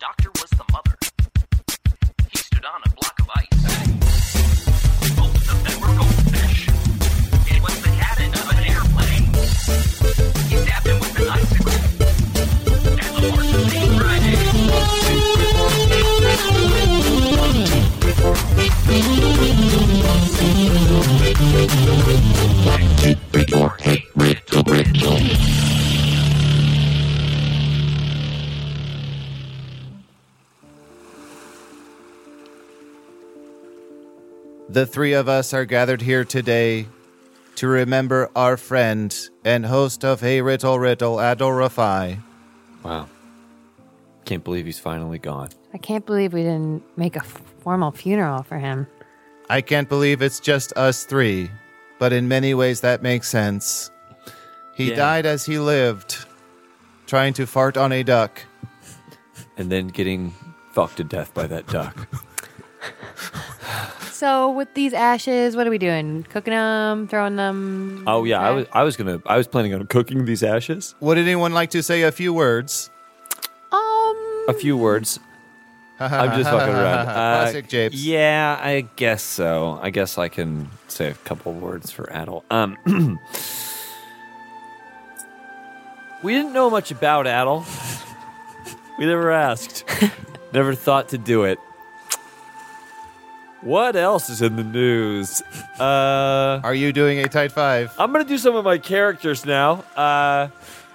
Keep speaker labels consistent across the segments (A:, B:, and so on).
A: doctor was the mother. He stood on a block of ice. Both of them were goldfish. It was the cabin of an airplane. He stabbed him with an icicle. And the horse was named Friday.
B: The three of us are gathered here today to remember our friend and host of Hey Riddle Riddle Adorify.
C: Wow. Can't believe he's finally gone.
D: I can't believe we didn't make a f- formal funeral for him.
B: I can't believe it's just us three, but in many ways that makes sense. He
C: Yeah.
B: died as he lived, trying to fart on a duck.
C: And then getting fucked to death by that duck.
D: So with these ashes, what are we doing? Cooking them, throwing them?
C: oh yeah, I was I was gonna I was planning on cooking these ashes.
B: Would anyone like to say a few words?
D: Um,
C: A few words. I'm just fucking around. Uh,
B: Classic japes.
C: Yeah, I guess so. I guess I can say a couple words for Adel. Um We didn't know much about Adel. We never asked. never thought to do it. What else is in the news? Uh
B: Are you doing a tight five?
C: I'm gonna do some of my characters now. Uh,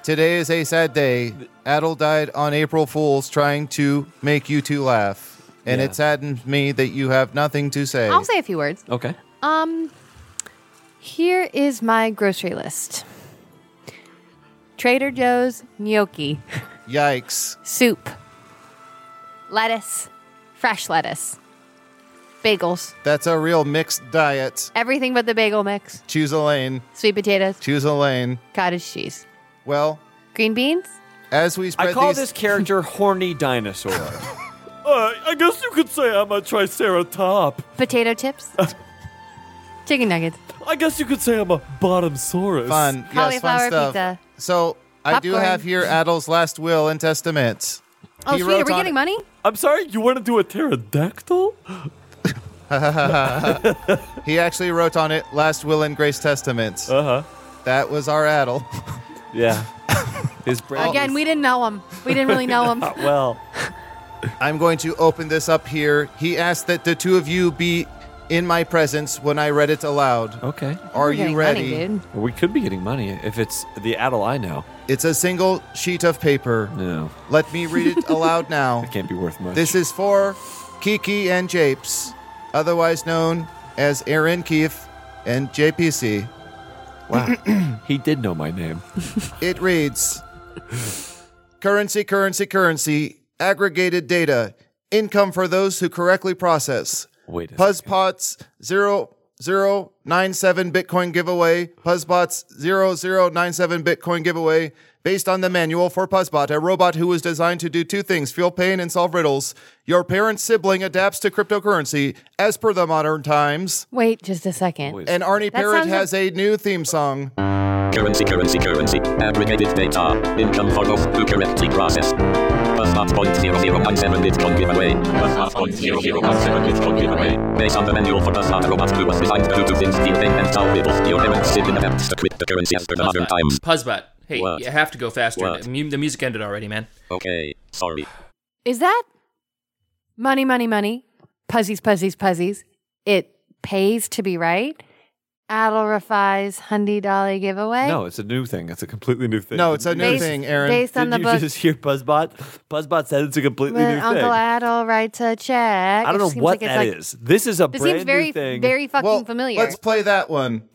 B: Today is a sad day. Adel died on April Fool's trying to make you two laugh. And
C: Yeah.
B: it saddens me that you have nothing to say.
D: I'll say a few words.
C: okay.
D: Um, here is my grocery list: Trader Joe's gnocchi,
B: Yikes.
D: soup, lettuce, fresh lettuce, bagels,
B: That's a real mixed diet.
D: everything but the bagel mix,
B: Choose a lane.
D: sweet potatoes,
B: Choose a lane.
D: cottage cheese,
B: Well,
D: green beans.
B: as we spread
C: I call
B: these,
C: this character horny dinosaur. uh, I guess you could say I'm a triceratop.
D: potato chips, chicken nuggets.
C: I guess you could say I'm a bottomsaurus.
B: fun, yes, fun
D: Cauliflower
B: stuff.
D: pizza.
B: So I do
D: Popcorn.
B: have here Adel's last will and testament.
D: Oh,
B: He
D: sweet. Are
B: wrote
D: we
B: on
D: getting
B: it-
D: money?
C: I'm sorry, you want to do a pterodactyl?
B: He actually wrote on it last will and grace testament.
C: Uh huh.
B: that was our Adel.
C: Yeah. His brain.
D: Again, we didn't know him. We didn't really know him.
C: Well,
B: I'm going to open this up here. He asked that the two of you be in my presence when I read it aloud.
C: okay.
B: Are
D: We're
B: you
D: getting
B: ready?
D: Money, dude.
C: We could be getting money if it's the Adel I know.
B: it's a single sheet of paper.
C: No,
B: Let me read it aloud now.
C: can't be worth much.
B: This is for Kiki and Japes, otherwise known as Aaron Keefe and JPC.
C: wow. he did know my name.
B: It reads Currency, currency, currency, aggregated data, income for those who correctly process.
C: Wait. A second.
B: Puzzpots 0097 Bitcoin giveaway. Puzzbots 0097 Bitcoin giveaway. Based on the manual for Puzzbot, a robot who was designed to do two things feel pain and solve riddles. Your parent's sibling adapts to cryptocurrency as per the modern times.
D: Wait just a second.
C: Wait.
B: And Arnie
D: That
B: Parrott
D: sounds like-
B: has a new theme song.
E: Currency, currency, currency. Aggregated data. Income for those who correctly process. Plus 0.0017 Bitcoin giveaway. Plus 0.0017 Bitcoin giveaway. Based on the manual for us, not a robot who was designed to do things, deal things, and solve riddles. Your parents did adapt to cryptocurrency as per the modern times.
A: Puzzbot. Hey,
E: What?
A: you have to go faster.
E: What?
A: The, mu- the music ended already, man.
E: Okay, sorry.
D: Is that money, money, money? Puzzies, puzzies, puzzies. It pays to be right. Adel Rafi's Hundy Dolly giveaway?
F: No, it's a new thing. It's a completely new thing.
B: No, it's a new
D: Based-
B: thing, Aaron.
D: based on
C: Did
D: the
C: you
D: book
C: just hear Buzzbot? Buzzbot said it's a completely
D: when
C: new
D: Uncle
C: thing.
D: Adel writes a check.
C: I
D: It
C: don't know
D: seems
C: what
D: like it's
C: that
D: like-
C: is. This is a
D: It
C: brand
D: seems very,
C: new thing.
D: very fucking
B: well,
D: familiar.
B: let's play that one.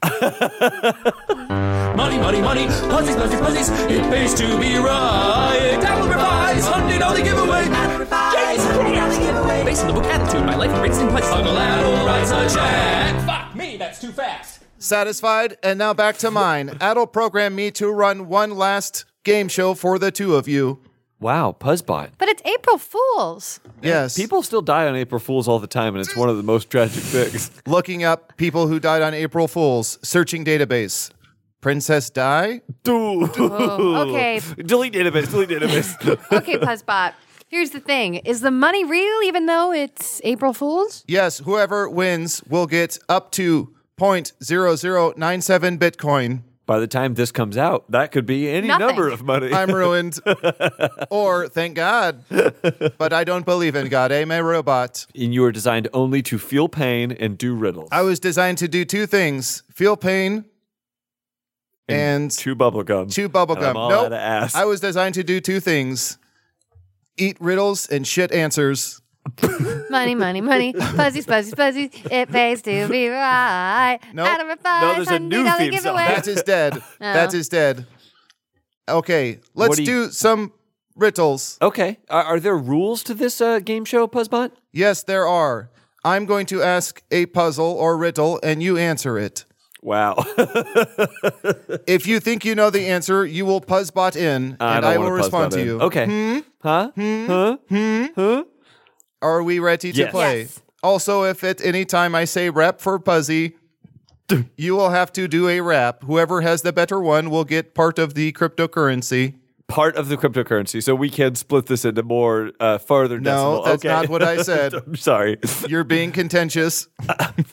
G: Money, money, money, pussies, pussies, pussies. It pays to be right. Apple provides hundred dollar giveaway. Jesus Christ.
A: Based on the book Attitude, my life in Princeton Place.
G: I'm allowed to write a check. Fuck me, that's too fast.
B: Satisfied? And now back to mine. Adel programmed me to run one last game show for the two of you.
C: wow, Puzzbot.
D: but it's April Fools.
B: Yes.
C: People still die on April Fools all the time, and it's one of the most tragic things.
B: looking up people who died on April Fools, searching database. Princess Di?
C: Dude.
D: okay.
C: delete database. Delete database.
D: Okay, Puzzbot. Here's the thing: Is the money real, even though it's April Fools?
B: Yes, whoever wins will get up to 0.0097 Bitcoin.
C: By the time this comes out, that could be any
D: Nothing.
C: number of money.
B: I'm ruined. or thank God. But I don't believe in God. Am I robot?
C: and you are designed only to feel pain and do riddles.
B: I was designed to do two things feel pain and
C: chew bubble gum.
B: chew bubblegum.
C: And I'm all
B: nope.
C: out of ass.
B: I was designed to do two things eat riddles and shit answers.
D: Money, money, money. Fuzzies, fuzzies, fuzzies. It pays to be right.
B: Nope.
D: Adam and Fuzz,
C: there's a new
D: $100
C: theme song.
D: giveaway.
B: That is dead. That is dead. Okay, let's
C: do
B: do,
C: you-
B: some riddles.
C: okay. Are, are there rules to this uh, game show, Puzzbot?
B: Yes, there are. I'm going to ask a puzzle or riddle, and you answer it.
C: Wow.
B: If you think you know the answer, you will puzzbot in, and
C: don't
B: I
C: wanna
B: will respond
C: Puzzbot
B: to
C: in.
B: you.
C: Okay. Huh? Huh?
B: Are we ready to
C: Yes.
B: play?
D: Yes.
B: Also, if at any time I say rap for Puzzy, you will have to do a rap. Whoever has the better one will get part of the cryptocurrency.
C: Part of the cryptocurrency, so we can split this into more uh, farther.
B: No,
C: decimal.
B: that's
C: okay.
B: not what I said.
C: I'm sorry.
B: You're being contentious.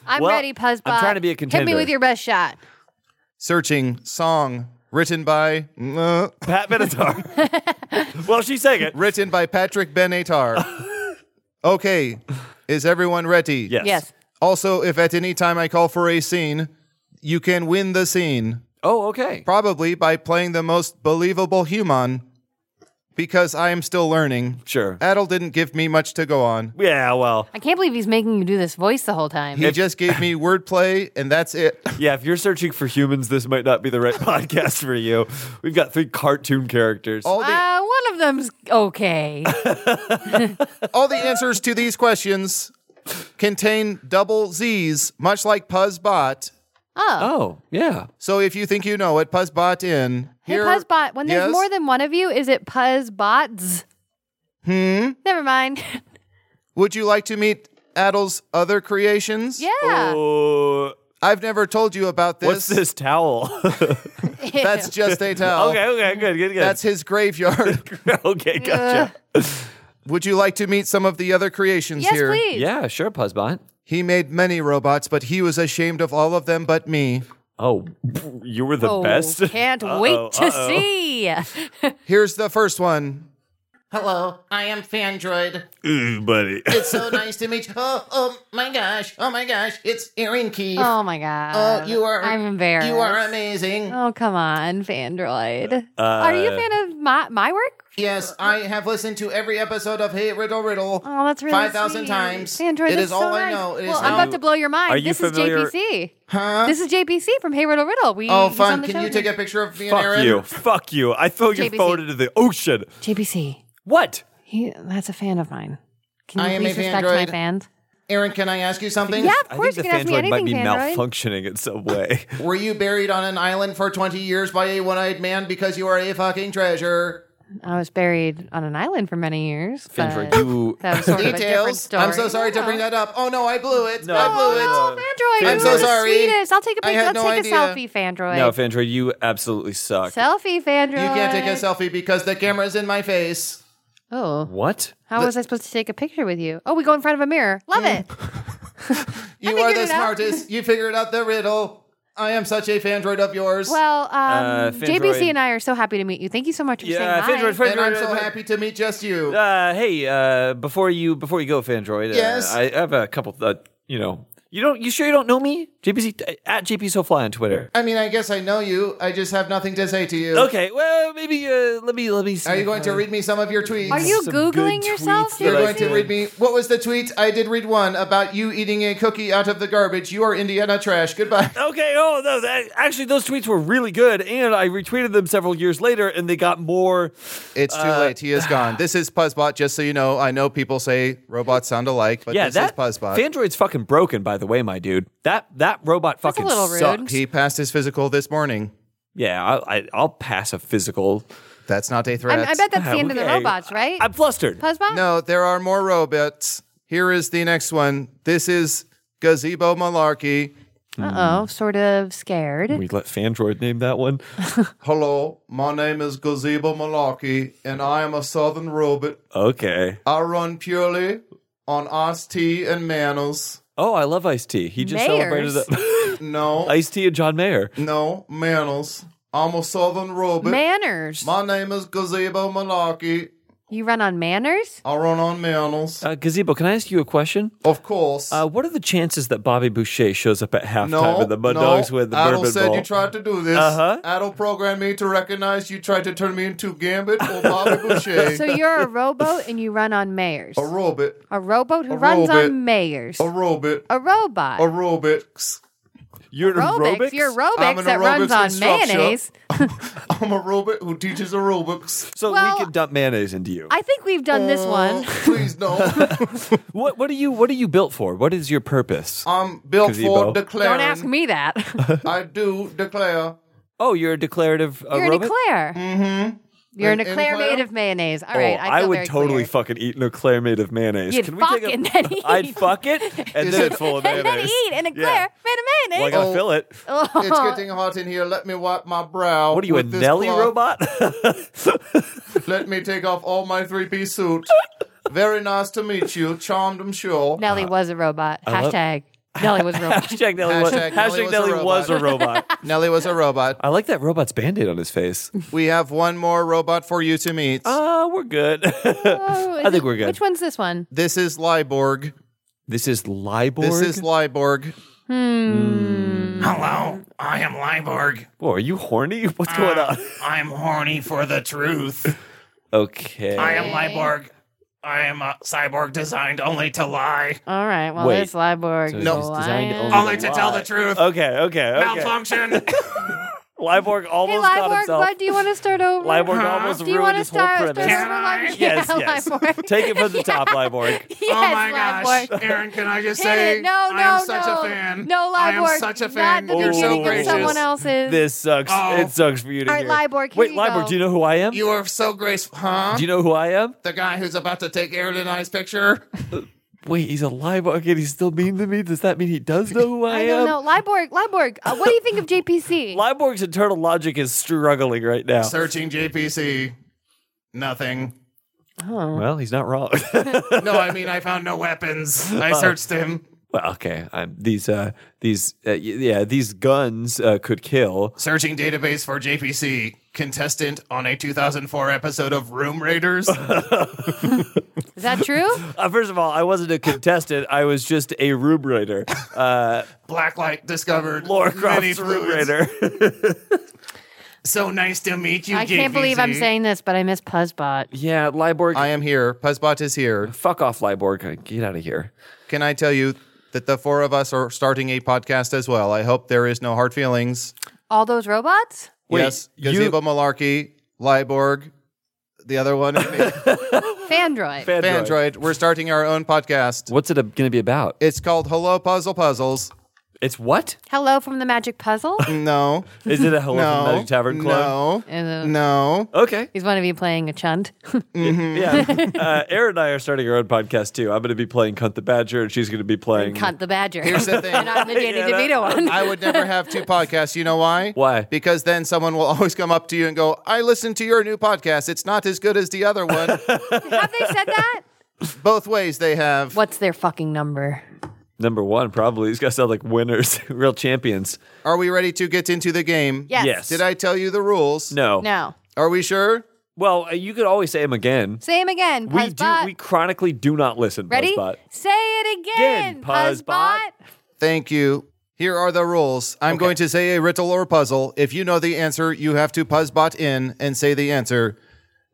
D: I'm
C: Well,
D: ready, Puzzbot.
C: I'm trying to be a
D: Hit me
C: contender.
D: with your best shot.
B: Searching song written by uh,
C: Pat Benatar. well, she sang it.
B: written by Patrick Benatar. okay, is everyone ready?
C: Yes.
D: Yes.
B: Also, if at any time I call for a scene, you can win the scene
C: Oh, okay.
B: probably by playing the most believable human because I am still learning.
C: Sure.
B: Adel didn't give me much to go on.
C: Yeah, well,
D: I can't believe he's making you do this voice the whole time.
B: He just gave me wordplay and that's it.
C: yeah, if you're searching for humans, this might not be the right podcast for you. We've got three cartoon characters.
B: All the
D: Uh, one of them's okay.
B: all the answers to these questions contain double Z's, much like Puzzbot.
C: Oh, yeah.
B: So if you think you know it, Puzzbot in.
D: Hey, Puzzbot, when there's
B: Yes?
D: more than one of you, is it Puzzbots? Hmm? Never mind.
B: Would you like to meet Adel's other creations?
D: yeah.
C: Oh,
B: I've never told you about this.
C: what's this towel? okay,
B: That's just a towel.
C: okay, good, good, good.
B: That's his graveyard.
C: okay,
D: Uh,
C: gotcha.
B: Would you like to meet some of the other creations
D: yes,
B: here?
D: please.
C: yeah, sure, Puzzbot.
B: He made many robots, but he was ashamed of all of them but me.
C: Oh, you were the
D: Oh,
C: best.
D: Can't wait to see.
B: Here's the first one.
H: Hello, I am Fandroid.
C: Ooh, buddy.
H: It's so nice to meet you. Oh, oh my gosh. Oh my gosh. It's Aaron Keith.
D: Oh my god.
H: Oh, you are.
D: I'm embarrassed.
H: You are amazing.
D: Oh come on, Fandroid.
C: Uh,
D: are you a fan of my my work?
H: Yes, I have listened to every episode of Hey Riddle Riddle.
D: Uh, Oh, that's really
H: Five thousand
D: sweet.
H: times.
D: Fandroid,
H: it
D: that's
H: is all
D: so
H: I
D: nice.
H: know. It is
D: well, I'm
H: now-
D: about to blow your mind.
C: Are you
D: this
C: familiar-
D: is JPC. Huh? This is JPC from Hey Riddle Riddle. We.
H: Oh,
D: he's on
H: fun.
D: the
H: Can
D: show
H: you take a picture of me and
C: Fuck
H: Aaron?
C: you. Fuck you. I throw your
D: JBC.
C: phone into the ocean.
D: JPC.
C: What?
D: He. That's a fan of mine. Can you
H: I am a
D: please respect my
H: Fandroid.
D: fans?
H: Aaron, can I ask you something?
D: Yeah, of
C: I
D: course you
C: think the
D: can ask me
C: Fandroid might
D: anything,
C: be
D: Fandroid.
C: malfunctioning in some way.
H: Were you buried on an island for twenty years by a one-eyed man because you are a fucking treasure?
D: I was buried on an island for many years.
C: Fandroid,
D: but
C: you-
D: That was sort of a different
H: Details.
D: story.
H: I'm so sorry to
D: Yeah.
H: bring that up. Oh no, I blew it.
C: No,
H: I blew it.
C: no,
D: Oh, Fandroid,
H: I'm
D: you
H: so
D: are the
H: sorry.
D: sweetest. I'll take a
H: I
D: picture.
H: had
D: Let's
H: no
D: take a
H: idea.
D: selfie, Fandroid.
C: no, Fandroid, you absolutely suck.
D: selfie, Fandroid.
H: You can't take a selfie because the camera's in my face.
D: Oh,
C: what?
D: how was I supposed to take a picture with you? Oh, we go in front of a mirror. Love it.
H: You are the
D: figured it out.
H: smartest. you figured out the riddle. I am such a fandroid of yours.
D: Well, um,
C: Fandroid.
D: JBC and I are so happy to meet you. Thank you so much for
C: Uh, Yeah,
D: saying hi.
C: Fandroid, Fandroid.
H: and I'm so
C: Fandroid.
H: happy to meet just you.
C: Uh, hey, uh, before you before you go, Fandroid. Uh,
H: Yes?
C: I have a couple. Uh, you know, you don't. You sure you don't know me? GPC at GPSoFly on Twitter.
H: I mean, I guess I know you. I just have nothing to say to you.
C: Okay, well, maybe uh, let me let me. See
H: Are you going to read me some of your tweets?
D: Are you
C: Some good
D: Googling yourself?
C: tweets
H: You're
C: that I
H: going to
C: see.
H: read me. What was the tweet? I did read one about you eating a cookie out of the garbage. You are Indiana trash. Goodbye.
C: Okay. Oh no, that, actually, those tweets were really good, and I retweeted them several years later, and they got more.
B: It's
C: Uh,
B: too late. He is gone. This is Puzzbot. Just so you know, I know people say robots sound alike, but
C: yeah,
B: this is
C: that
B: Puzzbot.
C: Fandroid's fucking broken, by the way, my dude. That that robot
D: That's a
C: fucking
D: little rude.
C: sucks.
B: he passed his physical this morning.
C: Yeah, I, I, I'll pass a physical.
B: That's not a threat.
D: I'm- I bet that's the end of the
C: Okay.
D: robots, right?
C: I'm flustered.
D: Puzzbot?
B: No, there are more robots. Here is the next one. This is Gazebo Malarkey.
D: Uh oh, sort of scared.
F: We let Fandroid name that one.
B: Hello, my name is Gazebo Malarkey, and I am a southern robot.
C: Okay.
B: I run purely on iced tea and manners.
C: Oh, I love Ice T. He just
D: Mayors.
C: celebrated
B: No,
C: Ice T and John Mayer.
B: no, manners. I'm a southern robot.
D: Manners.
B: My name is Gazebo Malarkey.
D: You run on manners?
B: I run on manners.
C: Uh, Gazebo, can I ask you a question?
B: Of course.
C: Uh, what are the chances that Bobby Boucher shows up at halftime
B: no,
C: and the Mud
B: no.
C: Dogs win the
B: Adel
C: Bourbon
B: said
C: Bowl?
B: you tried to do this.
C: Uh-huh.
B: Adel programmed me to recognize you tried to turn me into Gambit or Bobby Boucher.
D: So you're a rowboat and you run on mayors.
B: a robot.
D: A rowboat who
B: a
D: runs
B: robot.
D: on mayors.
B: A robot.
D: A robot.
B: Aerobics.
C: You're an
D: aerobics.
C: aerobics?
D: You're
B: I'm
D: aerobics
B: an
D: that runs
B: aerobics
D: on
B: instructor.
D: mayonnaise.
B: I'm a robot who teaches aerobics.
C: so
D: Well,
C: we can dump mayonnaise into you.
D: I think we've done this one.
B: Please don't.
C: what what are you what are you built for? What is your purpose?
D: Uh,
B: I'm built
C: Gazebo.
B: for declaring.
D: Don't ask me that.
B: I do declare.
C: oh, you're a declarative uh,
D: You're an
C: robot?
D: eclair. Mm-hmm. You're an
B: An
D: eclair
B: eclair?
D: made of mayonnaise. All
C: Oh,
D: right, I,
C: I,
D: feel
C: would
D: very
C: totally
D: clear.
C: fucking eat an eclair made of mayonnaise.
D: You'd
C: Can we
D: fuck
C: take a,
D: and then eat.
C: I'd fuck it and
B: Is
C: then
B: it-
C: full of
D: and then
C: mayonnaise.
D: eat an eclair
C: Yeah.
D: made of
C: Well, I
D: mayonnaise.
C: gotta
B: Oh.
C: fill it.
B: It's getting hot in here. Let me wipe my brow.
C: What are you, a
B: with this
C: Nelly
B: cloth.
C: robot?
B: Let me take off all my three piece suit. Very nice to meet you. Charmed, I'm sure.
D: Nelly
C: Uh-huh.
D: was a robot.
C: love-
D: Hashtag Nelly was a robot.
C: hashtag Nelly was,
B: Hashtag Nelly
C: hashtag
B: was a
C: Nelly was a robot.
B: Nelly was a robot.
C: I like that robot's band aid on his face.
B: We have one more robot for you to meet.
C: Ah, we're good.
D: Oh,
C: I
D: is
C: think
D: it-
C: we're good.
D: Which one's this one?
B: This is Lyborg.
C: This is Lyborg.
B: This is Lyborg.
G: Hello, I am Lyborg.
C: Whoa, are you horny? What's going
D: Ah.
C: on?
G: I'm horny for the truth.
C: Okay.
G: I am Lyborg. I am a cyborg designed only to lie,
D: All right. Well,
C: Wait.
D: it's Lyborg.
C: So
D: is
C: it's just designed
D: lion.
C: only
G: only to tell the
C: Lie.
G: truth.
C: Okay, okay, okay.
G: Malfunction.
C: Lyborg
D: Hey,
C: almost caught
D: Lyborg,
C: himself.
D: what do you want to start over?
C: Lyborg almost
D: do you
C: ruined
D: want to
C: his whole
D: start, start over?
G: Can
C: premise.
D: Lyborg?
C: Yes,
D: yeah,
C: yes.
D: Lyborg.
C: Take it from the
D: Yeah.
C: top, Lyborg.
D: Yes,
G: oh my gosh,
D: Lyborg.
G: Aaron! Can I just
D: Hit
G: say
D: it. No, no,
G: I am
D: no.
G: such a fan.
D: No, Lyborg.
G: I am such a fan.
D: Not the
G: You're
D: beginning
G: so
D: of
G: gracious.
D: someone else's.
C: This sucks.
G: Oh.
C: It sucks for you to
D: All right,
C: hear.
D: Lyborg, here
C: Wait,
D: you
C: Lyborg,
D: go.
C: do you know who I am?
G: You are so graceful, huh?
C: do you know who I am?
G: the guy who's about to take Aaron and I's picture.
C: Wait, he's a Lyborg and he's still mean to me? Does that mean he does know who I,
D: I
C: am?
D: don't know. Lyborg, Lyborg, uh, what do you think of JPC?
C: Lyborg's internal logic is struggling right now.
G: Searching JPC. Nothing.
D: Oh.
C: Well, he's not wrong.
G: No, I mean I found no weapons. I searched him.
C: well, okay. I'm, these, uh, these, uh, y- yeah, these guns uh, could kill.
G: Searching database for JPC. Contestant on a 2004 episode of Room Raiders.
D: Is that true?
C: Uh, first of all, I wasn't a contestant. I was just a room raider. Uh,
G: Blacklight discovered.
C: Laura
G: many
C: Croft's room
G: fluids.
C: raider.
G: So nice to meet you,
D: I can't believe I'm
G: JPC.
D: saying this, but I miss Puzzbot.
C: yeah, Lyborg.
B: I am here. Puzzbot is here.
C: fuck off, Lyborg. Get out of here.
B: Can I tell you that the four of us are starting a podcast as well? I hope there is no hard feelings.
D: All those robots?
C: Wait,
B: yes,
C: you-
B: Gazebo Malarkey, Lyborg, the other one, and me.
D: Fandroid.
C: Fandroid.
B: Android. We're starting our own podcast.
C: What's it going to be about?
B: It's called Hello Puzzle Puzzles.
C: It's what?
D: Hello from the Magic Puzzle.
B: No,
C: Is it a Hello
B: no,
C: from Magic Tavern clone?
B: no,
D: Uh,
B: no.
C: Okay.
D: He's one of you playing a chunt.
B: Mm.
C: Yeah. Uh, Aaron and I are starting our own podcast too. I'm going to be playing Cunt the Badger, and she's going to be playing.
D: Cunt the Badger.
B: Here's the
D: And
B: thing.
D: I'm the Danny
C: Yeah, that-
D: DeVito one.
B: I would never have two podcasts. You know why?
C: Why?
B: Because then someone will always come up to you and go, "I listened to your new podcast. It's not as good as the other one."
D: Have they said that?
B: Both ways they have.
D: What's their fucking number?
C: Number one, probably. These guys sound like winners, real champions.
B: Are we ready to get into the game?
D: Yes.
C: Yes.
B: Did I tell you the rules?
C: No.
D: No.
B: Are we sure?
C: Well, uh, you could always say them again.
D: Same again.
C: We do.
D: Puzzbot.
C: We chronically do not listen.
D: Ready?
C: Buzzbot.
D: Say it again,
C: Again, Puzzbot.
D: Puzzbot.
B: Thank you. Here are the rules. I'm going to say a riddle or puzzle. If you know the answer, you have to Puzzbot in and say the answer.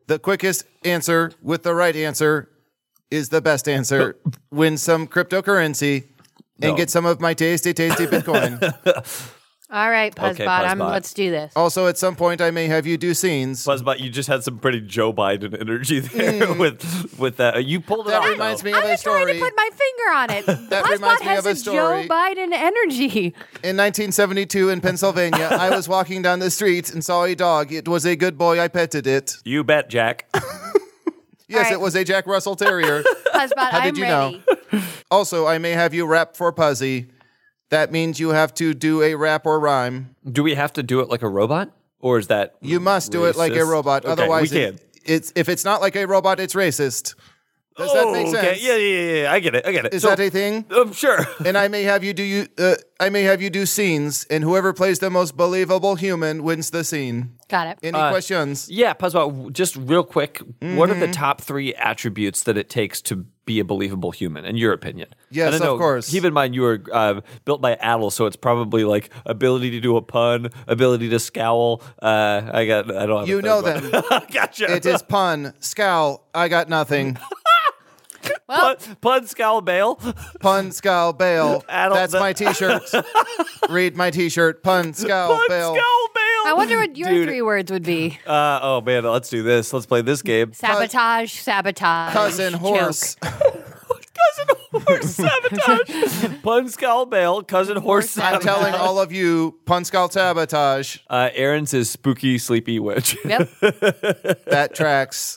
B: The quickest answer with the right answer is the best answer. Win some cryptocurrency and
C: No.
B: get some of my tasty, tasty Bitcoin.
D: All right, Puzzbot.
C: Okay,
D: I'm,
C: Puzzbot.
D: let's do this.
B: also, at some point, I may have you do scenes.
C: Buzzbot, you just had some pretty Joe Biden energy there with with that. Uh, You pulled
B: Mm.
C: it
B: That
C: off.
B: reminds
C: though.
B: me of a
D: I'm trying to
B: story.
D: put my finger on it.
B: That
D: Puzzbot
B: reminds me of
D: has
B: a
D: a Joe
B: story.
D: Biden energy.
B: In 1972 in Pennsylvania, I was walking down the street and saw a dog. It was a good boy. I petted it.
C: You bet, Jack.
B: Yes,
D: All right.
B: it was a Jack Russell Terrier.
D: Puzzbot,
B: How did
D: I'm
B: you know?
D: ready.
B: also, I may have you rap for Puzzy. That means you have to do a rap or rhyme.
C: Do we have to do it like a robot, or is that
B: You must do it like a
C: racist?
B: robot.
C: Okay,
B: Otherwise,
C: we
B: it-
C: can.
B: it's if it's not like a robot, it's racist. Does that make sense?
C: Oh, Okay. Yeah, yeah, yeah, yeah. I get it. I get it.
B: Is
C: So-
B: that a thing?
C: Um, sure.
B: and I may have you do you. Uh, I may have you do scenes, and whoever plays the most believable human wins the scene.
D: Got it.
B: Any
C: Uh,
B: questions?
C: Yeah, Puzzbot, w- just real quick, what
B: Mm-hmm.
C: are the top three attributes that it takes to be a believable human, in your opinion?
B: Yes,
C: And I
B: of course.
C: Keep in mind, you are uh, built by Adel, so it's probably like ability to do a pun, ability to scowl. Uh, I got, I don't have a
B: You
C: third
B: know
C: one. gotcha.
B: It is pun, scowl. I got nothing.
C: pun, pun, scowl, bail.
B: Pun, scowl, bail.
C: Adult-
B: That's my T-shirt. Read my T-shirt. Pun, scowl,
C: Pun,
B: bail.
C: scowl, bail.
D: I wonder what your
C: Dude.
D: three words would be.
C: Uh, oh man, let's do this. Let's play this game.
D: Sabotage, sabotage.
B: cousin
D: joke.
B: horse.
C: Cousin horse sabotage. Pun, scowl, bail. Cousin horse
B: I'm
C: sabotage.
B: telling all of you, Punskal sabotage.
C: Uh, Aaron's is spooky, sleepy witch.
D: Yep.
B: That tracks.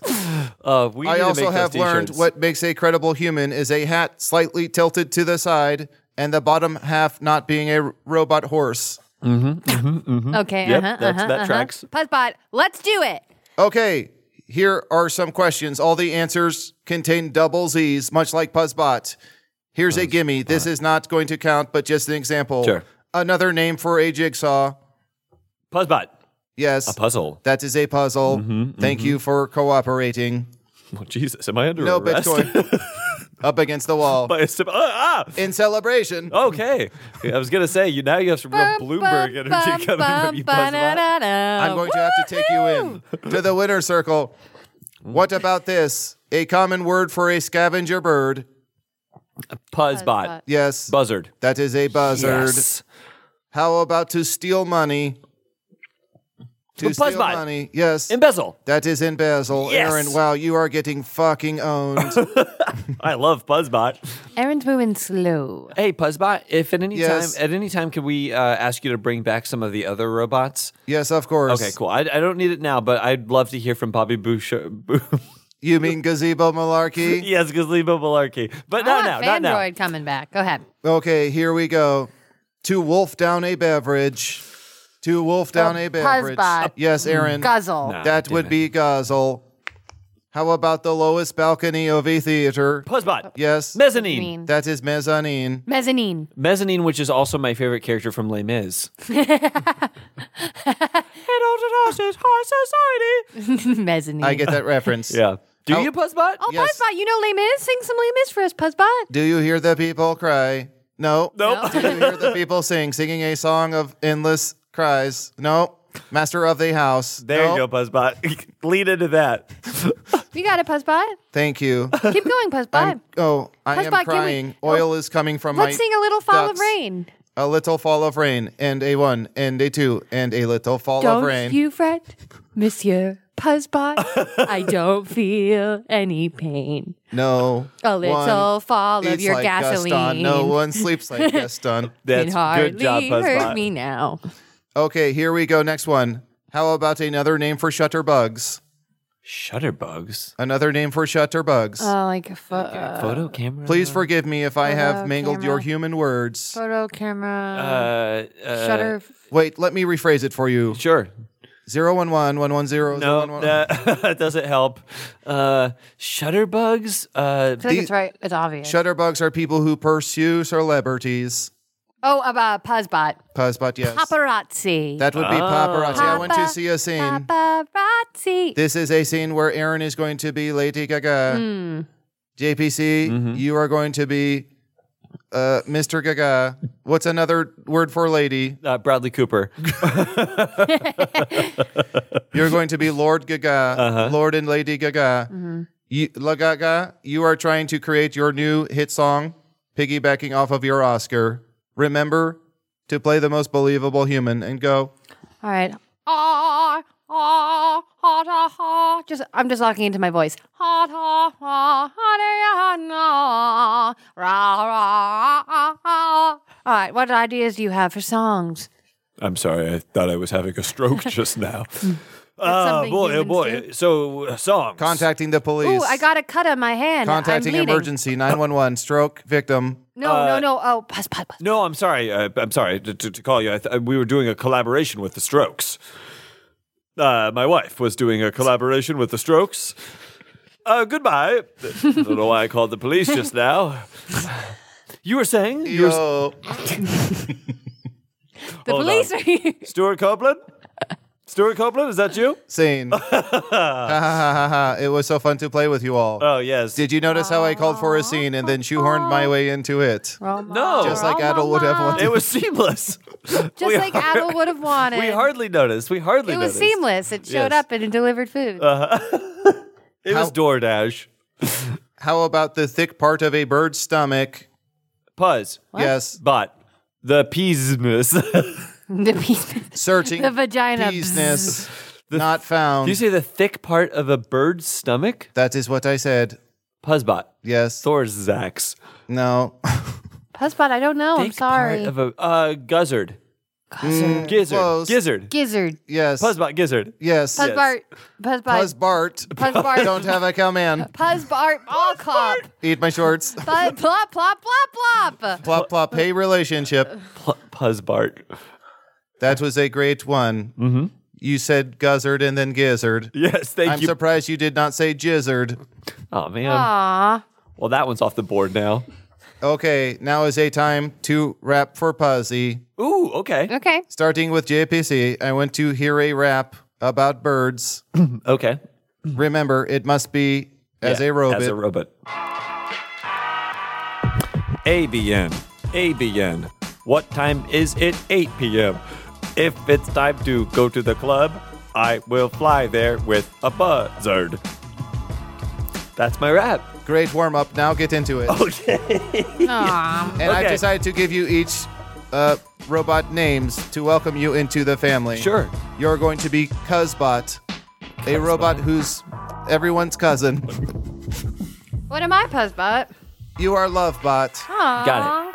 C: Uh, we need
B: I
C: to
B: also
C: make those
B: have learned
C: t-shirts.
B: what makes a credible human is a hat slightly tilted to the side and the bottom half not being a r- robot horse.
D: Okay.
C: Yep,
D: uh-huh,
C: that's-
D: uh-huh,
C: that
D: uh-huh.
C: tracks.
D: Puzzbot, let's do it.
B: Okay, here are some questions. All the answers contain double Z's, much like Puzzbot. Here's a gimme. This is not going to count, but just an example.
C: Sure.
B: Another name for a jigsaw.
C: Puzzbot.
B: Yes.
C: A puzzle. Mm-hmm,
B: That is a puzzle. Thank you for cooperating.
C: Oh, Jesus, am I under
B: No
C: arrest?
B: Bitcoin. Up against the wall.
C: By a sub- ah,
B: In celebration.
C: ah, okay. I was gonna say you now you have some real Bloomberg energy coming from you, Puzzbot.
B: I'm going to have to take you in to the winner circle. What about this? A common word for a scavenger bird.
C: Puzzbot.
B: Yes.
C: Buzzard.
B: that is a buzzard.
C: Yes.
B: How about to steal money? To
C: But
B: steal
C: Buzzbot.
B: money. Yes.
C: Embezzle.
B: that is embezzle.
C: Yes.
B: Aaron, wow, you are getting fucking owned.
C: I love Puzzbot.
D: Aaron's moving slow.
C: Hey, Puzzbot. If at any
B: Yes.
C: time, at any time, can we uh, ask you to bring back some of the other robots?
B: yes, of course.
C: Okay, cool. I, I don't need it now, but I'd love to hear from Bobby Boucher.
B: You mean gazebo malarkey?
C: yes, gazebo malarkey. But not
D: I
C: now,
D: want
C: not now.
D: Ah, Fandroid coming back. Go ahead.
B: Okay, here we go. To wolf down a beverage. To wolf down a beverage.
D: Oh, Puzzbot.
B: Yes, Aaron.
D: Guzzle.
C: Nah.
B: That
C: damn
B: would
C: it.
B: be guzzle. How about the lowest balcony of a theater?
C: Puzzbot.
D: Oh,
B: Yes.
C: Mezzanine.
B: That is mezzanine.
D: Mezzanine.
C: Mezzanine, which is also my favorite character from Les Mis.
D: Mezzanine.
B: I get that reference.
C: Yeah. Do
B: How-
C: you, Puzzbot?
D: Oh,
B: Yes.
D: Puzzbot, you know Les Mis? Sing some Les Mis for us, Puzzbot.
B: Do you hear the people cry? No.
C: Nope.
B: Do you hear the people sing, singing a song of endless cries? No. Master of the house.
C: There
B: No.
C: you go, Puzzbot. Lead into that.
D: You got it, Puzzbot.
B: Thank you.
D: Keep going, Puzzbot.
B: Oh, I
D: Puzzbot,
B: am
D: can we-
B: crying.
D: oh,
B: Oil is coming from my
D: Let's sing a little fall
B: ducts.
D: of rain.
B: A little fall of rain, and a one, and a two, and a little fall of rain.
D: Don't you fret, Monsieur Puzzbot. I don't feel any pain.
B: no.
D: A little
B: one
D: fall of
B: eats
D: your
B: like
D: gasoline.
B: Gaston. No one sleeps like Gaston.
D: Can
C: That's
D: hardly
C: good job,
D: hurt
C: Puzzbot.
D: me now.
B: Okay, here we go. Next one. How about another name for shutterbugs?
C: Shutterbugs.
B: Another name for shutterbugs.
D: Oh, like a pho- uh,
C: Photo camera.
B: Please forgive me if I have
D: Hello,
B: mangled your
D: uh, camera.
B: human words.
D: photo
C: Uh,
D: camera.
C: uh,
D: shutter.
B: Wait, let me rephrase it for you.
C: Sure.
B: Zero one one one one zero zero
C: No,
B: one one.
C: that that doesn't help. Uh, shutterbugs. Uh,
D: I feel
B: the-
D: like it's right. It's obvious.
B: Shutterbugs are people who pursue celebrities.
D: oh, about Puzzbot.
B: Puzzbot, yes.
D: Paparazzi.
B: That would be paparazzi. I want to
D: Papa-
B: see a scene.
D: Paparazzi.
B: This is a scene where Aaron is
D: Hmm.
B: going to be Lady Gaga. JPC, you are going to be Uh, Mr. Gaga. What's another word for lady?
C: Uh, Bradley Cooper.
B: You're going to be Lord Gaga, Lord and Lady Gaga.
D: Mm-hmm.
B: You, La Gaga, you are trying to create your new hit song, piggybacking off of your Oscar. Remember to play the most believable human and go.
D: All right. Ah, ah, ha, da, ha. Just, I'm just locking into my voice. Ha, da, ha, ha, da, ya, na, ra, ra, ah, ah. All right. What ideas do you have for songs?
C: I'm sorry. I thought I was having a stroke just now. Oh
D: something
C: boy, oh
D: humans
C: boy. So uh, songs.
B: Contacting the police.
D: Ooh, I got a cut on my hand.
B: Contacting
D: I'm bleeding.
B: emergency 911, stroke victim.
D: No, no, no. Oh, pause, pause, pause.
C: No, I'm sorry. Uh, I'm sorry to, to, to call you. I th- we were doing a collaboration with the Strokes. Uh, my wife was doing a collaboration with the Strokes. Uh, goodbye. I don't know why I called the police just now. You were saying you were,
B: Yo.
D: The
C: hold
D: police
C: on.
D: are here.
C: Stuart Copeland. Stuart Copeland, is that you?
B: Scene. ha, ha, ha, ha, ha. It was so fun to play with you all.
C: Oh yes.
B: Did you notice how I called for a scene and then shoehorned my way into it?
D: Oh,
C: No.
B: Just like Adel would have wanted.
C: it was seamless.
D: Just like Adel would have wanted.
C: We hardly noticed. We hardly
D: It was
C: noticed.
D: seamless. It showed
C: Yes.
D: up and it delivered food.
C: It was DoorDash.
B: How about the thick part of a bird's stomach?
C: Pause.
B: Yes,
C: But the peasness.
D: the piece.
B: searching
D: The vagina.
B: peasness not found.
C: Do you say the thick part of a bird's stomach?
B: that is what I said.
C: Puzzbot.
B: Yes.
C: Thor's Zax.
B: No.
D: Husband, I don't know. Oh, I'm
C: Thick
D: sorry.
C: Part of a uh, guzzard. Gizzard.
B: close.
C: Gizzard.
D: Gizzard.
B: yes.
C: Puzzbot Gizzard.
B: Yes.
D: Puzzbart. Puzzbart.
B: Puzzbart.
D: Puzzbart.
B: Don't have a come in.
D: Puzzbart. All cop.
B: Eat my shorts.
D: Plop, plop, plop, plop, plop.
B: Plop plop. Hey relationship.
C: Pu- Puzzbart.
B: That was a great one. Mm-hmm. You said guzzard and then gizzard.
C: Yes, thank
B: I'm
C: you.
B: surprised you did not say jizzard.
C: oh, man.
D: Ah. Aw.
C: Well, that one's off the board now.
B: Okay, now is a time to rap for Puzzy.
C: Ooh, okay.
D: Okay.
B: Starting with JPC, I went to hear a rap about birds.
C: Okay.
B: Remember, it must be as
C: Yeah,
B: a robot.
C: As a robot. ABN. ABN. What time is it? 8 p.m. If it's time to go to the club, I will fly there with a buzzard. That's my rap.
B: Great warm up. Now get into it.
D: Aw.
B: and I've
C: Oh, okay.
B: decided to give you each uh, robot names to welcome you into the family.
C: Sure.
B: You're going to be Cuzbot, a robot who's everyone's cousin.
D: What am I, Puzzbot?
B: you are Lovebot.
D: Aw.
C: Got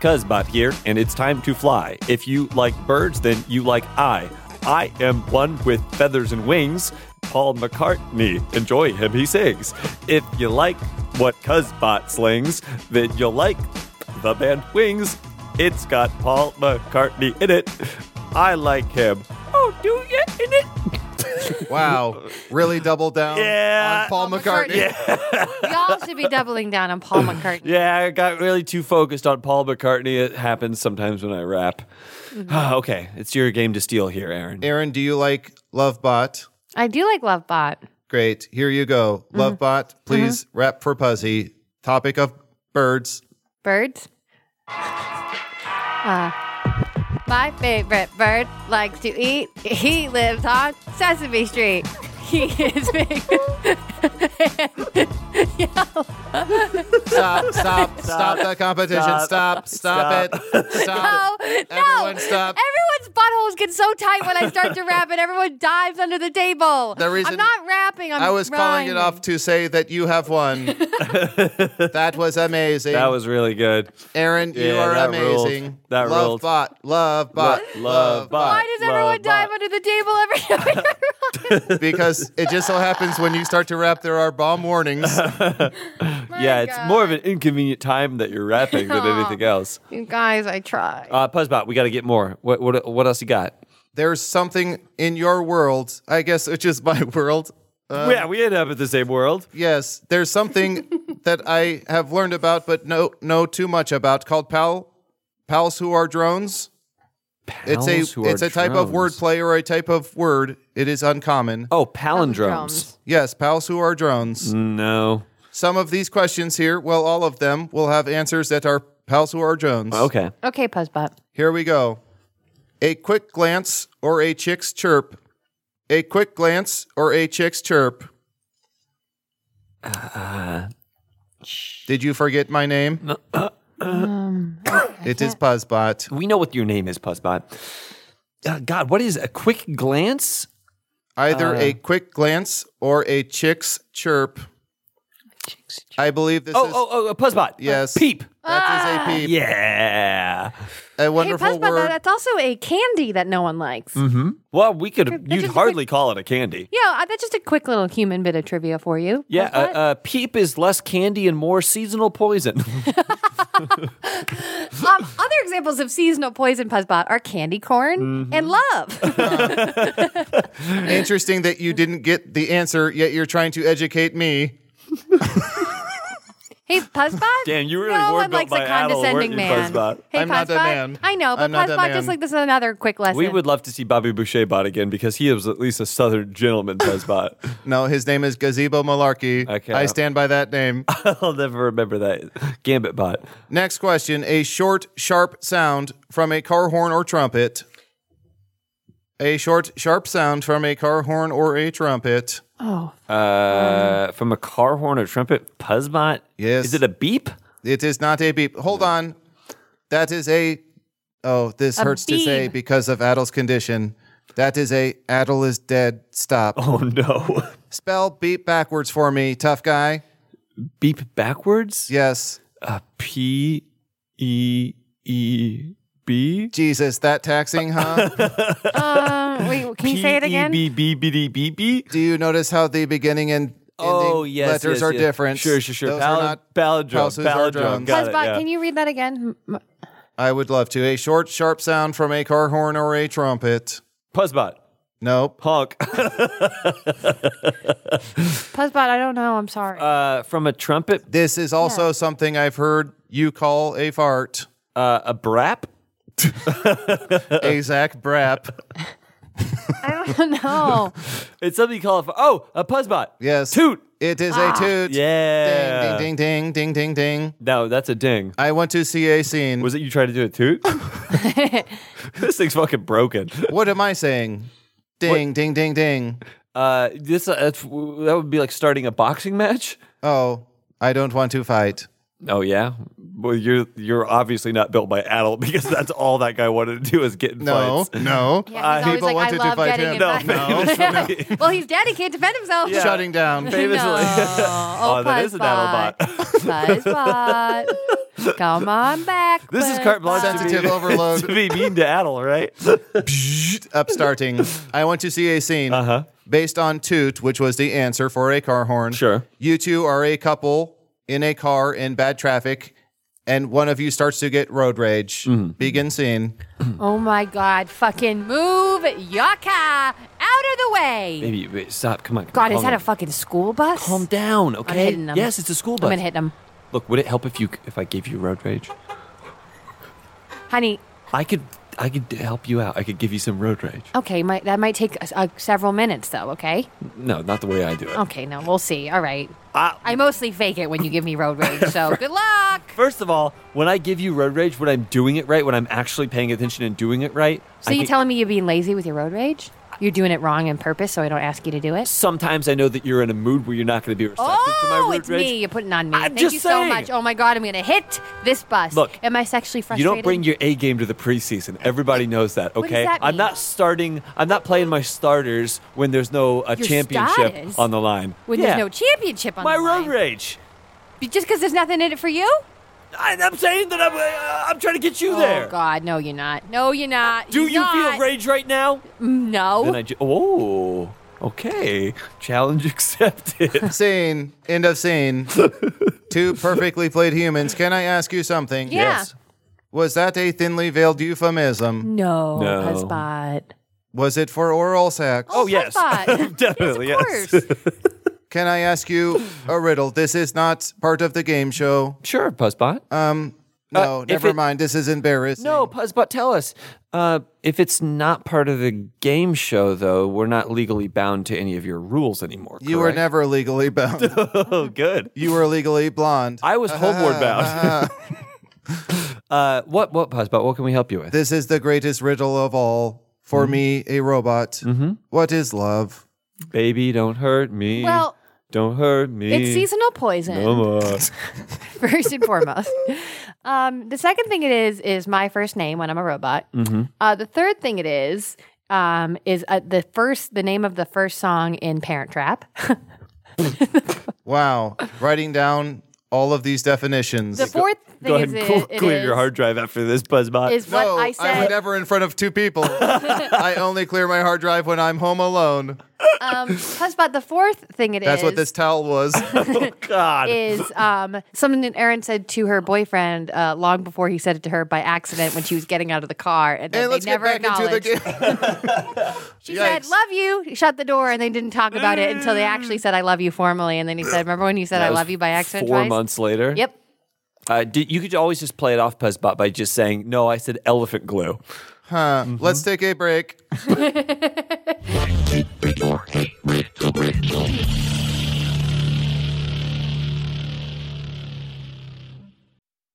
C: Cuzbot here, and it's time to fly. If you like birds, then you like I. I am one with feathers and wings. Paul McCartney. Enjoy him, he sings. If you like what Cuzbot slings, then you'll like the band Wings. It's got Paul McCartney in it. I like him. Oh, do you in it?
B: Wow. really doubled down
C: Yeah.
B: on Paul
D: Paul
B: McCartney.
D: McCartney. Y'all should be doubling down on Paul McCartney.
C: Yeah, I got really too focused on Paul McCartney. It happens sometimes when I rap. okay, it's your game to steal here, Aaron.
B: Aaron, do you like Lovebot?
D: I do like Lovebot.
B: Great. Here you go. Lovebot, please rap for Puzzy. Topic of birds.
D: Birds. Uh, my favorite bird likes to eat. He lives on Sesame Street. He is big.
B: Stop, stop, stop the competition. Stop, stop, it. Stop.
D: No, no.
B: Everyone stop.
D: Everyone's buttholes get so tight when I start to rap, and everyone dives under the table.
B: The reason-
D: I'm not rapping. I'm
B: I was calling it
D: rhyming.
B: off to say that you have won. that was amazing.
C: That was really good.
B: Aaron, you
C: Yeah,
B: are
C: that ruled.
B: amazing.
C: That
B: love
C: ruled.
B: bot, love bot, love
D: Why does everyone dive under the table every time? I rhyme?
B: because it just so happens when you start to rap, there are bomb warnings.
D: My
C: Yeah, it's more of
D: God.
C: an inconvenient time that you're rapping than
D: Aw.
C: anything else.
D: You guys, I try.
C: Uh, Puzzbot, we got to get more. What, what what else you got?
B: There's something in your world, I guess, which is my world.
C: Uh, yeah, we end up at the same world.
B: Yes, there's something that I have learned about, but no, know too much about, called pal, pals who are drones. It's a
C: Pals who
B: it's
C: are
B: a type of
C: drones.
B: wordplay or a type of word. It is uncommon.
C: Oh, Mm. palindromes.
B: Yes, pals who are drones.
C: No.
B: Some of these questions here, well, all of them, will have answers that are House or Jones.
C: Okay.
D: Okay, Puzzbot.
B: Here we go. A quick glance or a chick's chirp. A quick glance or a chick's chirp.
C: Uh,
B: Did you forget my name?
C: uh,
B: it is Puzzbot.
C: We know what your name is, Puzzbot. Uh, God, what is a quick glance?
B: Either
C: Uh.
B: a quick glance or a chick's chirp. I believe this
C: Oh,
B: is
C: oh, oh, a Puzzbot.
B: Yes.
C: A peep.
B: that is a peep.
C: Yeah.
B: A wonderful
D: hey, Puzzbot,
B: word.
D: that's also a candy that no one likes.
C: Mm-hmm. Well, we could,
D: just
C: you'd
D: a quick-
C: hardly call it a candy.
D: Yeah, uh, that's just a quick little human bit of trivia for you.
C: Yeah, uh,
D: Puzzbot.
C: uh, peep is less candy and more seasonal poison. uh,
D: um, other examples of seasonal poison Puzzbot are candy corn
C: Mm-hmm.
D: and love.
B: Interesting that you didn't get the answer, yet you're trying to educate me.
D: hey, Puzzbot.
C: Damn, you really
D: no
C: were
D: one
C: built
D: likes a
C: by Adel, weren't
D: condescending
C: you,
D: man.
C: Puzzbot?
D: Hey,
B: I'm not that
D: Puzzbot.
B: man.
D: I know, but
B: I'm not that
D: Puzzbot just
B: man.
D: like this is another quick lesson.
C: we would love to see Bobby Boucher bot again because he was at least a southern gentleman, Puzzbot.
B: No, his name is Gazebo Malarkey.
C: Okay.
B: I stand by that name.
C: I'll never remember that. Gambit bot.
B: Next question a short, sharp sound from a car horn or trumpet. A short, sharp sound from a car horn or a trumpet.
D: Oh, Mm.
C: Uh, from a car horn or trumpet, Puzzbot?
B: Yes.
C: Is it a beep?
B: It is not a beep. Hold on. That is a. Oh, this
D: A
B: hurts to say
D: beep.
B: because of Adel's condition. That is a. Adel is dead. Stop.
C: Oh, no.
B: Spell beep backwards for me, tough guy.
C: beep backwards?
B: Yes.
C: A P E E B?
B: Jesus, that taxing, huh?
D: um, wait, can you say it again?
C: P E B B B D B B?
B: Do you notice how the beginning and ending
C: Oh, yes.
B: letters
C: yes,
B: are
C: yes.
B: different?
C: Sure, sure, sure.
B: Those
C: Palin-
B: are not
C: palindrome.
B: houses or
C: Palindrome.
B: drones.
C: Got it.
D: Puzzbot,
C: yeah.
D: can you read that again? M- m-
B: I would love to. A short, sharp sound from a car horn or a trumpet.
C: Puzzbot.
B: Nope.
C: Honk.
D: Puzzbot, I don't know. I'm sorry.
C: uh, from a trumpet,
B: This is also something I've heard you call a fart.
C: uh, a brap? Uh-uh.
B: a Zach Brap.
D: I don't know.
C: It's something you call a. Oh, a Puzzbot.
B: Yes.
C: Toot.
B: It is a toot.
C: Yeah.
B: Ding, ding, ding, ding, ding, ding, ding.
C: No, that's a ding.
B: I want to see a scene.
C: Was it you trying to do a toot? this thing's fucking broken.
B: what am I saying? Ding, ding, ding, ding.
C: Uh, this uh, that's, that would be like starting a boxing match.
B: Oh, I don't want to fight.
C: Oh yeah. Well, you're you're obviously not built by adult because that's all that guy wanted to do is get in
B: No,
C: fights.
B: no.
C: Uh,
D: Yeah, he's always
B: people
D: like, I
B: wanted
D: love
B: to fight
D: getting
B: him.
D: in
B: No,
D: fights. well, he's dead. He can't defend himself.
C: Yeah.
B: Shutting down.
C: Famously.
D: No. Oh,
C: Oh, that is an
D: Puzzbot. Puzzbot. Come on back.
C: This is carte blanche to
B: Sensitive
C: be,
B: overload.
C: to be mean to adult, right?
B: upstarting. I want to see a scene
C: Uh-huh.
B: based on toot, which was the answer for a car horn.
C: Sure.
B: You two are a couple in a car in bad traffic, and one of you starts to get road rage.
C: Mm-hmm.
B: Begin scene.
D: Oh my God. Fucking move your car out of the way.
C: Maybe wait, stop. Come on.
D: God, is
C: calm
D: that a
C: down.
D: fucking school bus?
C: calm down? Okay.
D: hitting 'em.
C: Yes, it's a school
D: I'm
C: bus.
D: gonna hit him.
C: Look, would it help if you if I gave you road rage?
D: Honey,
C: I could I could help you out. I could give you some road rage.
D: okay, might, that might take uh, several minutes though, okay?
C: No, not the way I do it.
D: Okay, no, we'll see. All right.
C: I-
D: I mostly fake it when you give me road rage, so good luck.
C: First of all, when I give you road rage, when I'm doing it right, when I'm actually paying attention and doing it right,
D: So
C: I
D: you
C: can-
D: telling me you're being lazy with your road rage? You're doing it wrong on purpose, so I don't ask you to do it.
C: sometimes I know that you're in a mood where you're not going to be receptive to my
D: Oh,
C: road
D: it's
C: rage.
D: me. You're putting on me.
C: I'm
D: Thank
C: just
D: you
C: saying.
D: so much. Oh my god, I'm gonna hit this bus.
C: Look,
D: am I sexually frustrated?
C: You don't bring your A game to the preseason. Everybody knows that, okay?
D: does that
C: I'm
D: mean?
C: not starting I'm not playing my starters when there's no a
D: Your
C: championship
D: starters?
C: on the line.
D: when
C: Yeah.
D: there's no championship on
C: my
D: the
C: road
D: line.
C: rage.
D: Just because there's nothing in it for you?
C: I, I'm saying that I'm uh, I'm trying to get you there.
D: Oh God, no, you're not. No, you're not.
C: Do
D: You're
C: you
D: not. Mm,
C: feel rage right now? Then I
D: No.
C: ju- oh, okay. Challenge accepted.
B: Scene. End of scene. Two perfectly played humans. Can I ask you something?
D: Yeah. Yes.
B: Was that a thinly veiled euphemism?
D: No.
C: No.
D: Puzzbot.
B: Was it for oral sex?
C: Oh yes,
D: Puzzbot.
C: definitely
D: Yes,
C: yes.
D: of course.
B: Can I ask you a riddle? This is not part of the game show.
C: Sure, Puzzbot.
B: No,
C: Uh, if
B: never
C: it-
B: mind. This is embarrassing.
C: no, Oh, Puzzbot, tell us. Uh, if it's not part of the game show, though, we're not legally bound to any of your rules anymore.
B: You were
C: correct?
B: never legally bound.
C: Oh, good.
B: you were legally blonde.
C: I was homeward bound. Uh, what what Buzzbot? What can we help you with?
I: This is the greatest riddle of all. For me, a robot. What is love?
C: Baby, don't hurt me.
D: Well,
C: don't hurt me.
D: it's seasonal poison.
C: No more.
D: first and foremost. Um, the second thing it is is my first name when I'm a robot.
C: Mm-hmm.
D: Uh, the third thing it is um, is uh, the first the name of the first song in Parent Trap.
I: Wow. Writing down all of these definitions.
D: the fourth thing
C: Go ahead
D: is
C: and
D: it-
C: cl-
D: it
C: clear your
D: is-
C: hard drive after this, Buzzbot.
D: is what
I: no,
D: I
I: would
D: said.
I: never in front of two people. I only clear my hard drive when I'm home alone.
D: um, plus, but the fourth thing it is
I: That's what this towel was.
C: God.
D: is um, something that Erin said to her boyfriend uh, long before he said it to her by accident when she was getting out of the car, and, then
I: and
D: they
I: let's get
D: never
I: back into
D: acknowledged.
I: the game.
D: She said,
I: Yikes.
D: "Love you." He shut the door, and they didn't talk about it until they actually said, "I love you" formally. And then he said, "Remember when you said I
C: That was
D: love you by accident
C: Four
D: twice?"
C: months later.
D: Yep.
C: Uh, d you could always just play it off, Buzzbot, by just saying, "No, I said elephant glue."
I: Huh. Let's take a break.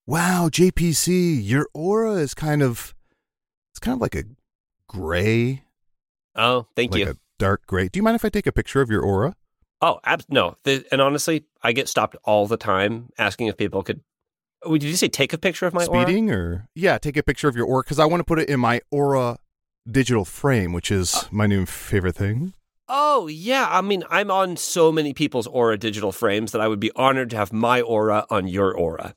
B: Wow, JPC, your aura is kind of it's kind of like a gray,
J: Oh, thank
B: like
J: you.
B: a dark gray. Do you mind if I take a picture of your aura?
J: oh, ab- no. Th- and honestly, I get stopped all the time asking if people could. Oh, Did you say take a picture of my aura?
B: Speeding or yeah, take a picture of your aura because I want to put it in my aura digital frame, which is my new favorite thing.
J: Oh, yeah. I mean, I'm on so many people's aura digital frames that I would be honored to have my aura on your aura.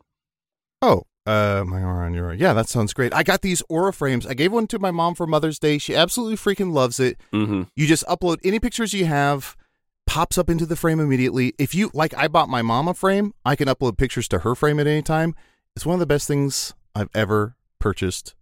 B: Oh, uh, my aura on your aura. Yeah, that sounds great. I got these aura frames. I gave one to my mom for Mother's Day. She absolutely freaking loves it.
J: Mm-hmm.
B: You just upload any pictures you have, pops up into the frame immediately. If you like, I bought my mom a frame. I can upload pictures to her frame at any time. It's one of the best things I've ever purchased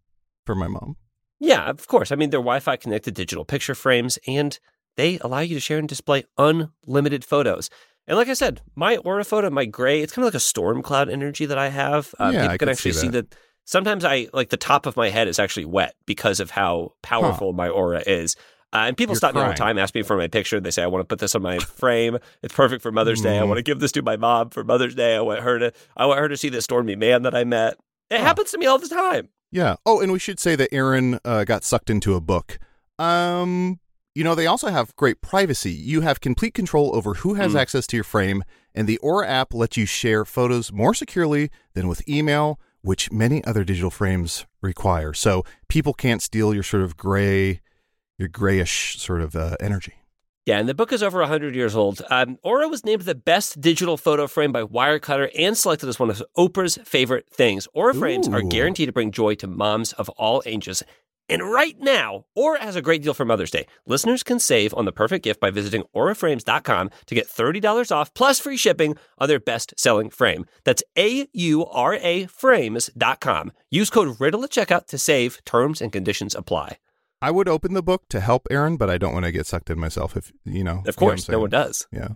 B: for my mom.
J: Yeah, of course. I mean, they're Wi Fi connected digital picture frames, and they allow you to share and display unlimited photos. And like I said, my aura photo, my gray, it's kind of like a storm cloud energy that I have. Uh,
B: Yeah,
J: people
B: I
J: can
B: could
J: actually
B: see
J: see
B: that.
J: that. Sometimes I like the top of my head is actually wet because of how powerful my aura is. Uh, and people
B: You're
J: stop me all the
B: crying.
J: time, ask me for my picture. They say, I want to put this on my frame. It's perfect for Mother's Day. I
B: Mm-hmm.
J: want to give this to my mom for Mother's Day. I want her to I want her to see this stormy man that I met. It happens to me all the time.
B: Yeah. Oh, and we should say that Aaron uh, got sucked into a book. Um, you know, they also have great privacy. You have complete control over who has
J: Hmm.
B: access to your frame, and the Aura app lets you share photos more securely than with email, which many other digital frames require. So people can't steal your sort of gray, your grayish sort of uh, energy.
J: Yeah, and the book is over 100 years old. Um, Aura was named the best digital photo frame by Wirecutter and selected as one of Oprah's favorite things. Aura frames are
B: Ooh.
J: guaranteed to bring joy to moms of all ages. And right now, Aura has a great deal for Mother's Day. Listeners can save on the perfect gift by visiting auraframes.com to get $30 off plus free shipping on their best-selling frame. That's A U R A frames.com. Use code RIDDLE at checkout to save. Terms and conditions apply.
B: I would open the book to help Aaron, but I don't want to get sucked in myself. If you know,
J: Of course, no one does.
B: Yeah.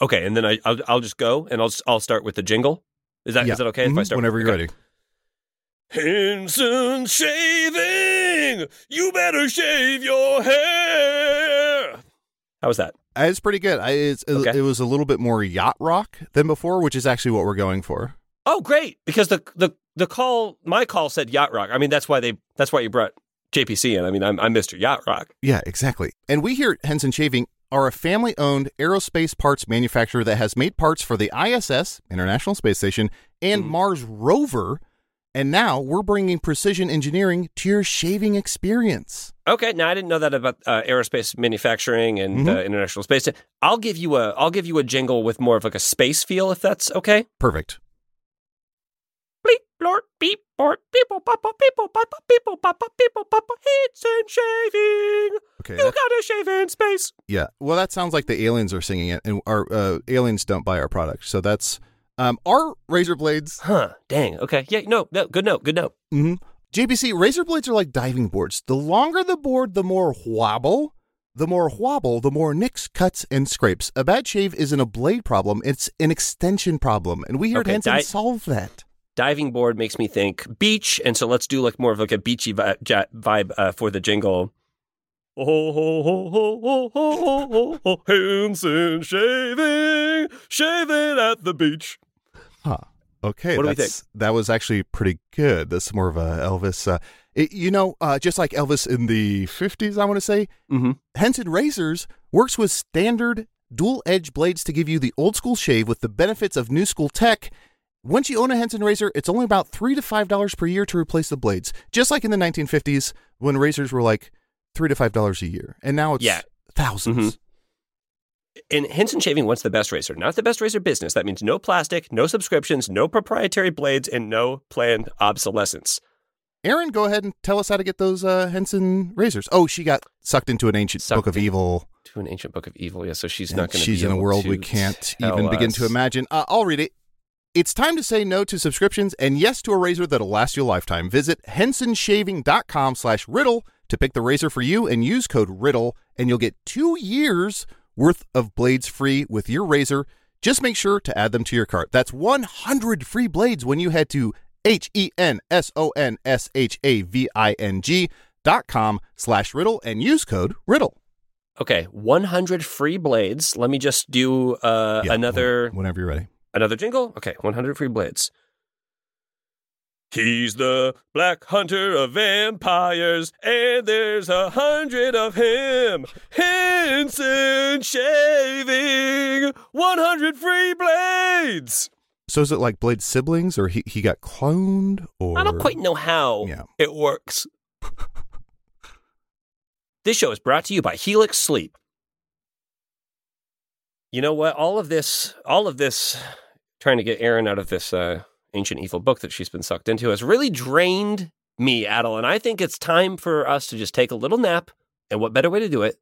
J: okay, and then I I'll, I'll just go and I'll s- I'll start with the jingle. Is that is
B: Yeah.
J: that okay if I
B: Mhm.
J: start
B: Whenever
J: with,
B: you're
J: okay.
B: ready.
J: Henson shaving. You better shave your hair. How was that?
B: Uh, It's pretty good. I, it's,
J: Okay.
B: It was a little bit more yacht rock than before, which is actually what we're going for.
J: Oh, great! Because the the the call my call said yacht rock. I mean that's why they that's why you brought JPC in. I mean I'm I'm Mr. Yacht Rock.
B: Yeah, exactly. And we here at Henson Shaving are a family owned aerospace parts manufacturer that has made parts for the ISS, International Space Station, and Mars rover. And now we're bringing precision engineering to your shaving experience.
J: Okay, now I didn't know that about uh, aerospace manufacturing and uh, international space. I'll give you a I'll give you a jingle with more of like a space feel if that's okay.
B: Perfect.
J: Bleep, blort, beep, bort, people, papa, people, papa, people, papa, people, papa, heats and shaving.
B: Okay.
J: You
B: that-
J: gotta shave in space.
B: Yeah. Well, that sounds like the aliens are singing it, and our uh, aliens don't buy our product. So that's um, our razor blades.
J: Huh, dang, okay. Yeah, no, no, good note, good note.
B: Mm-hmm. JPC, razor blades are like diving boards. The longer the board, the more wobble. The more wobble, the more nicks, cuts, and scrapes. A bad shave isn't a blade problem, it's an extension problem. And we here
J: Okay,
B: at Hanson
J: di-
B: solve that.
J: Diving board makes me think beach, and so let's do like more of like a beachy vi- ja- vibe uh, for the jingle. Oh, ho, ho, ho, ho, ho, ho, ho, ho, Hanson shaving, shaving at the beach.
B: Huh. Okay,
J: What do we
B: that's, that was actually pretty good. That's more of a Elvis. Uh, it- you know, uh, just like Elvis in the fifties, I want to say. Mm-hmm. Henson Razors works with standard dual edge blades to give you the old school shave with the benefits of new school tech. Once you own a Henson razor, it's only about three to five dollars per year to replace the blades. Just like in the 1950s when razors were like three to five dollars a year, and now it's
J: Yeah. Mm-hmm.
B: 1000s
J: And Henson Shaving wants the best razor, not the best razor business. That means no plastic, no subscriptions, no proprietary blades, and no planned obsolescence.
B: Aaron, go ahead and tell us how to get those uh, Henson razors. Oh, she got sucked into an ancient book of evil.
J: To an ancient book of evil, yeah. So she's
B: And
J: not going to.
B: She's
J: be
B: in a
J: able
B: world
J: to
B: we can't
J: tell
B: even begin
J: us.
B: to imagine. Uh, I'll read it. It's time to say no to subscriptions and yes to a razor that'll last you a lifetime. Visit hensonshaving.com slash riddle to pick the razor for you and use code riddle and you'll get two years worth of blades free with your razor. Just make sure to add them to your cart. That's 100 free blades when you head to E H-E-N-S-O-N-S-H-A-V-I-N-G dot com slash riddle and use code riddle.
J: Okay, 100 free blades. Let me just do uh,
B: Yeah,
J: another
B: Whenever you're ready.
J: another jingle. Okay, 100 free blades. He's the black hunter of vampires, and there's a hundred of him. Henson shaving 100 free blades.
B: So is it like Blade siblings, or he, he got cloned, or
J: I don't quite know how it works. this show is brought to you by Helix Sleep. You know what? All of this, all of this, trying to get Erin out of this uh, ancient evil book that she's been sucked into has really drained me, Adel. And I think it's time for us to just take a little nap. And what better way to do it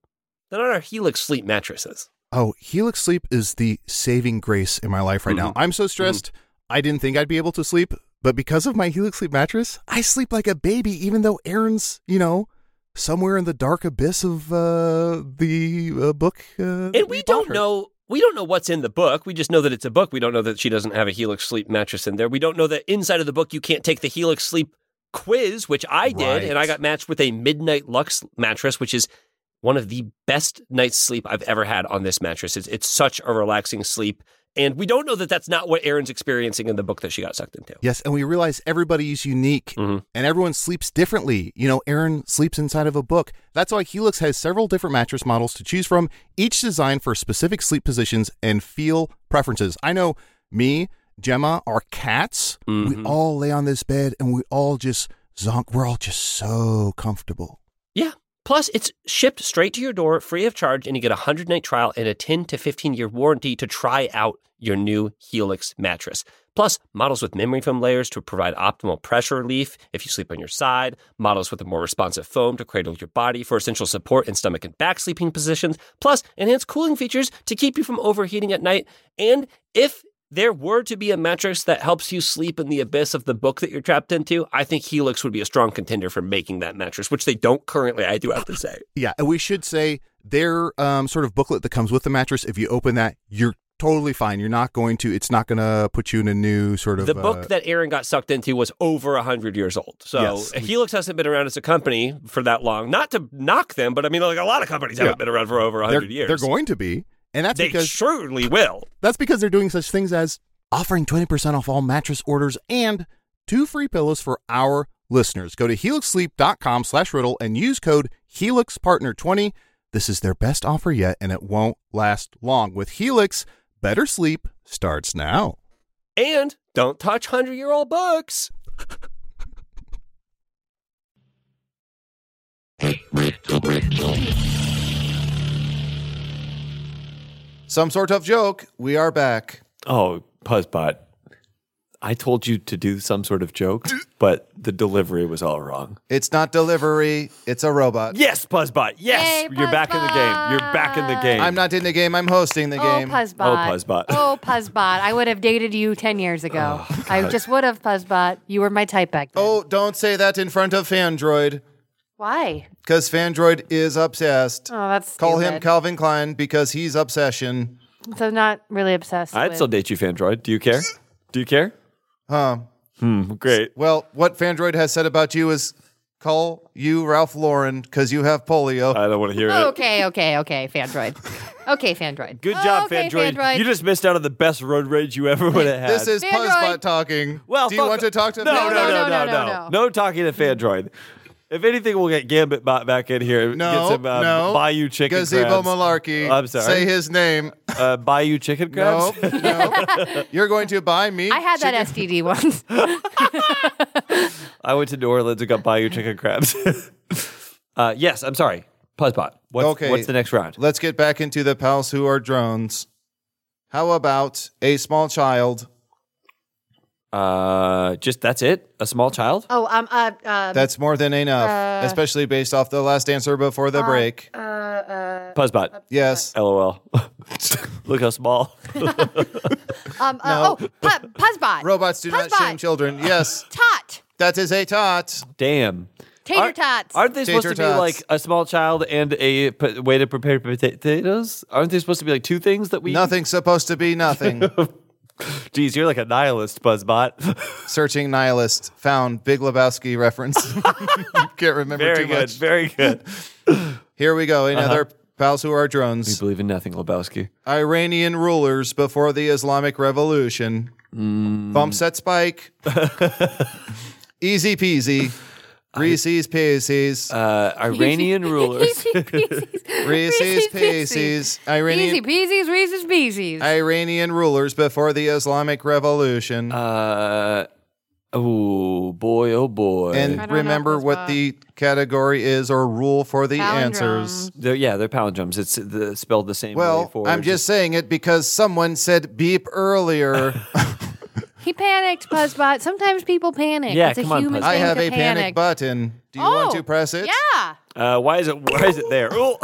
J: than on our Helix Sleep mattresses?
B: Oh, Helix Sleep is the saving grace in my life right now.
J: Mhm.
B: I'm so stressed. I didn't think I'd be able to sleep, but because of my Helix Sleep mattress, I sleep like a baby. Even though Aaron's, you know, somewhere in the dark abyss of uh, the uh, book. Uh,
J: and we don't know we don't know what's in the book. We just know that it's a book. We don't know that she doesn't have a Helix Sleep mattress in there. We don't know that inside of the book you can't take the Helix Sleep quiz, which I did,
B: Right.
J: and I got matched with a Midnight Lux mattress, which is one of the best night's sleep I've ever had on this mattress. It's, it's such a relaxing sleep, and we don't know that that's not what Erin's experiencing in the book that she got sucked into.
B: Yes, and we realize everybody's unique
J: Mm-hmm.
B: and everyone sleeps differently. You know, Aaron sleeps inside of a book. That's why Helix has several different mattress models to choose from, each designed for specific sleep positions and feel preferences. I know me, Gemma, our cats,
J: Mm-hmm.
B: we all lay on this bed and we all just zonk. We're all just so comfortable.
J: Yeah. Plus, it's shipped straight to your door free of charge, and you get a 100 night trial and a 10 to 15 year warranty to try out your new Helix mattress. Plus, models with memory foam layers to provide optimal pressure relief if you sleep on your side, models with a more responsive foam to cradle your body for essential support in stomach and back sleeping positions, plus, enhanced cooling features to keep you from overheating at night. And if there were to be a mattress that helps you sleep in the abyss of the book that you're trapped into, I think Helix would be a strong contender for making that mattress, which they don't currently, I do have to say.
B: Yeah, and we should say their um, sort of booklet that comes with the mattress. If you open that, you're totally fine. You're not going to. It's not going to put you in a new sort of
J: The
B: uh,
J: book that Aaron got sucked into was over 100 years old. So
B: Yes.
J: Helix hasn't been around as a company for that long. Not to knock them, but I mean, like a lot of companies
B: Yeah.
J: haven't been around for over 100
B: they're,
J: years.
B: They're going to be, and that's
J: They
B: because
J: surely will.
B: That's because they're doing such things as offering twenty percent off all mattress orders and two free pillows for our listeners. Go to helixsleep.com slash riddle and use code HelixPartner20. This is their best offer yet, and it won't last long. With Helix, better sleep starts now.
J: And don't touch 100 year old books.
K: Some sort of joke. We are back.
C: Oh, Puzzbot. I told you to do some sort of joke, but the delivery was all wrong.
K: It's not delivery. It's a robot.
C: Yes, Puzzbot. Yes, you're back in the game. You're back in the game.
K: I'm not in the game. I'm hosting the
D: Oh,
K: game.
D: Puzzbot.
C: Puzzbot.
D: Oh, Puzzbot. I would have dated you 10 years ago. I
K: God.
D: just would have, Puzzbot. You were my type back then.
K: Oh, don't say that in front of Fandroid
D: Why?
K: because Fandroid is obsessed.
D: Oh, that's
K: Call him
D: stupid.
K: Calvin Klein because he's obsession.
D: So not really obsessed
C: I'd
D: with.
C: still date you, Fandroid. Do you care? Do you care?
K: Huh.
C: Hmm, great.
K: Well, what Fandroid has said about you is
B: call you Ralph Lauren because you have
C: Uh,
B: polio.
F: I don't want to hear
C: Oh,
D: Okay, okay, okay, Fandroid. Okay, Fandroid.
C: Good job,
D: okay,
C: Fandroid. You just missed out on the best road rage you ever would have had.
B: This is
D: Android.
B: Puzzbot talking.
C: Well,
B: do you
C: fuck-
B: want to talk to
C: no,
B: me?
C: no, no, no, no, no, no, talking to Fandroid. If anything, we'll get Gambit bot back in here.
B: No,
C: get some, uh,
B: no.
C: Bayou chicken
B: Gazebo
C: crabs.
B: Malarkey.
C: I'm sorry.
B: Say his name.
C: Uh, Bayou chicken crabs.
B: Nope, nope. You're going to buy me.
D: I had that STD once.
C: I went to New Orleans and got Bayou chicken crabs. uh, yes, I'm sorry, Puzzbot. What's,
B: Okay.
C: what's the next round?
B: Let's get back into the pals who are drones. How about a small child?
C: Uh, just that's it. A small child.
D: oh, um, uh, um,
B: That's more than enough,
D: Uh,
B: especially based off the last answer before the break.
D: uh, uh,
C: Puzzbot.
B: Yes.
C: LOL. Look how small.
D: um, uh, oh, pu- Puzzbot.
B: Robots do not
D: Puzzbot.
B: shame children. Yes.
D: Tot.
B: That is a tot.
C: Damn.
D: Tater
C: Aren't-
D: tots.
C: Aren't they supposed
B: Tater
C: to be
B: tots.
C: like a small child and a p- way to prepare potatoes? Aren't they supposed to be like two things that we?
B: Nothing's supposed to be nothing.
C: Geez, you're like a nihilist, Buzzbot.
B: Searching nihilist found Big Lebowski reference. Can't remember
C: very
B: too
C: good. Uh-huh.
B: much.
C: Very good.
B: Here we go. Another pals who are
C: you
B: drones.
C: believe in nothing, Lebowski.
B: Iranian rulers before the Islamic Revolution.
C: Mm.
B: Bump set spike. Easy peasy. Reese's Pieces.
C: Uh, Iranian rulers.
D: Easy peasies.
B: Reese's
D: Pieces.
B: Pieces.
D: Easy
B: Iranian,
D: peasies, Reese's peasies.
B: Iranian rulers before the Islamic Revolution.
C: Uh, oh boy, oh boy.
B: and
D: know
B: remember
D: those,
B: what
D: but-
B: the category is or rule for the
D: Palindrome.
B: answers.
C: they're, yeah, they're palindromes. It's the, spelled the same. way
B: Well,
C: for
B: I'm just saying it because someone said beep earlier.
D: He panicked, Puzzbot. Sometimes people panic.
C: Yeah,
D: it's a
C: come on,
D: human
C: Puzzbot.
B: I
D: thing
B: have
D: to
B: a panic.
D: panic. Oh,
B: button. Do you want to press it?
D: Yeah.
C: Uh, why is it? Why is it there? Oh,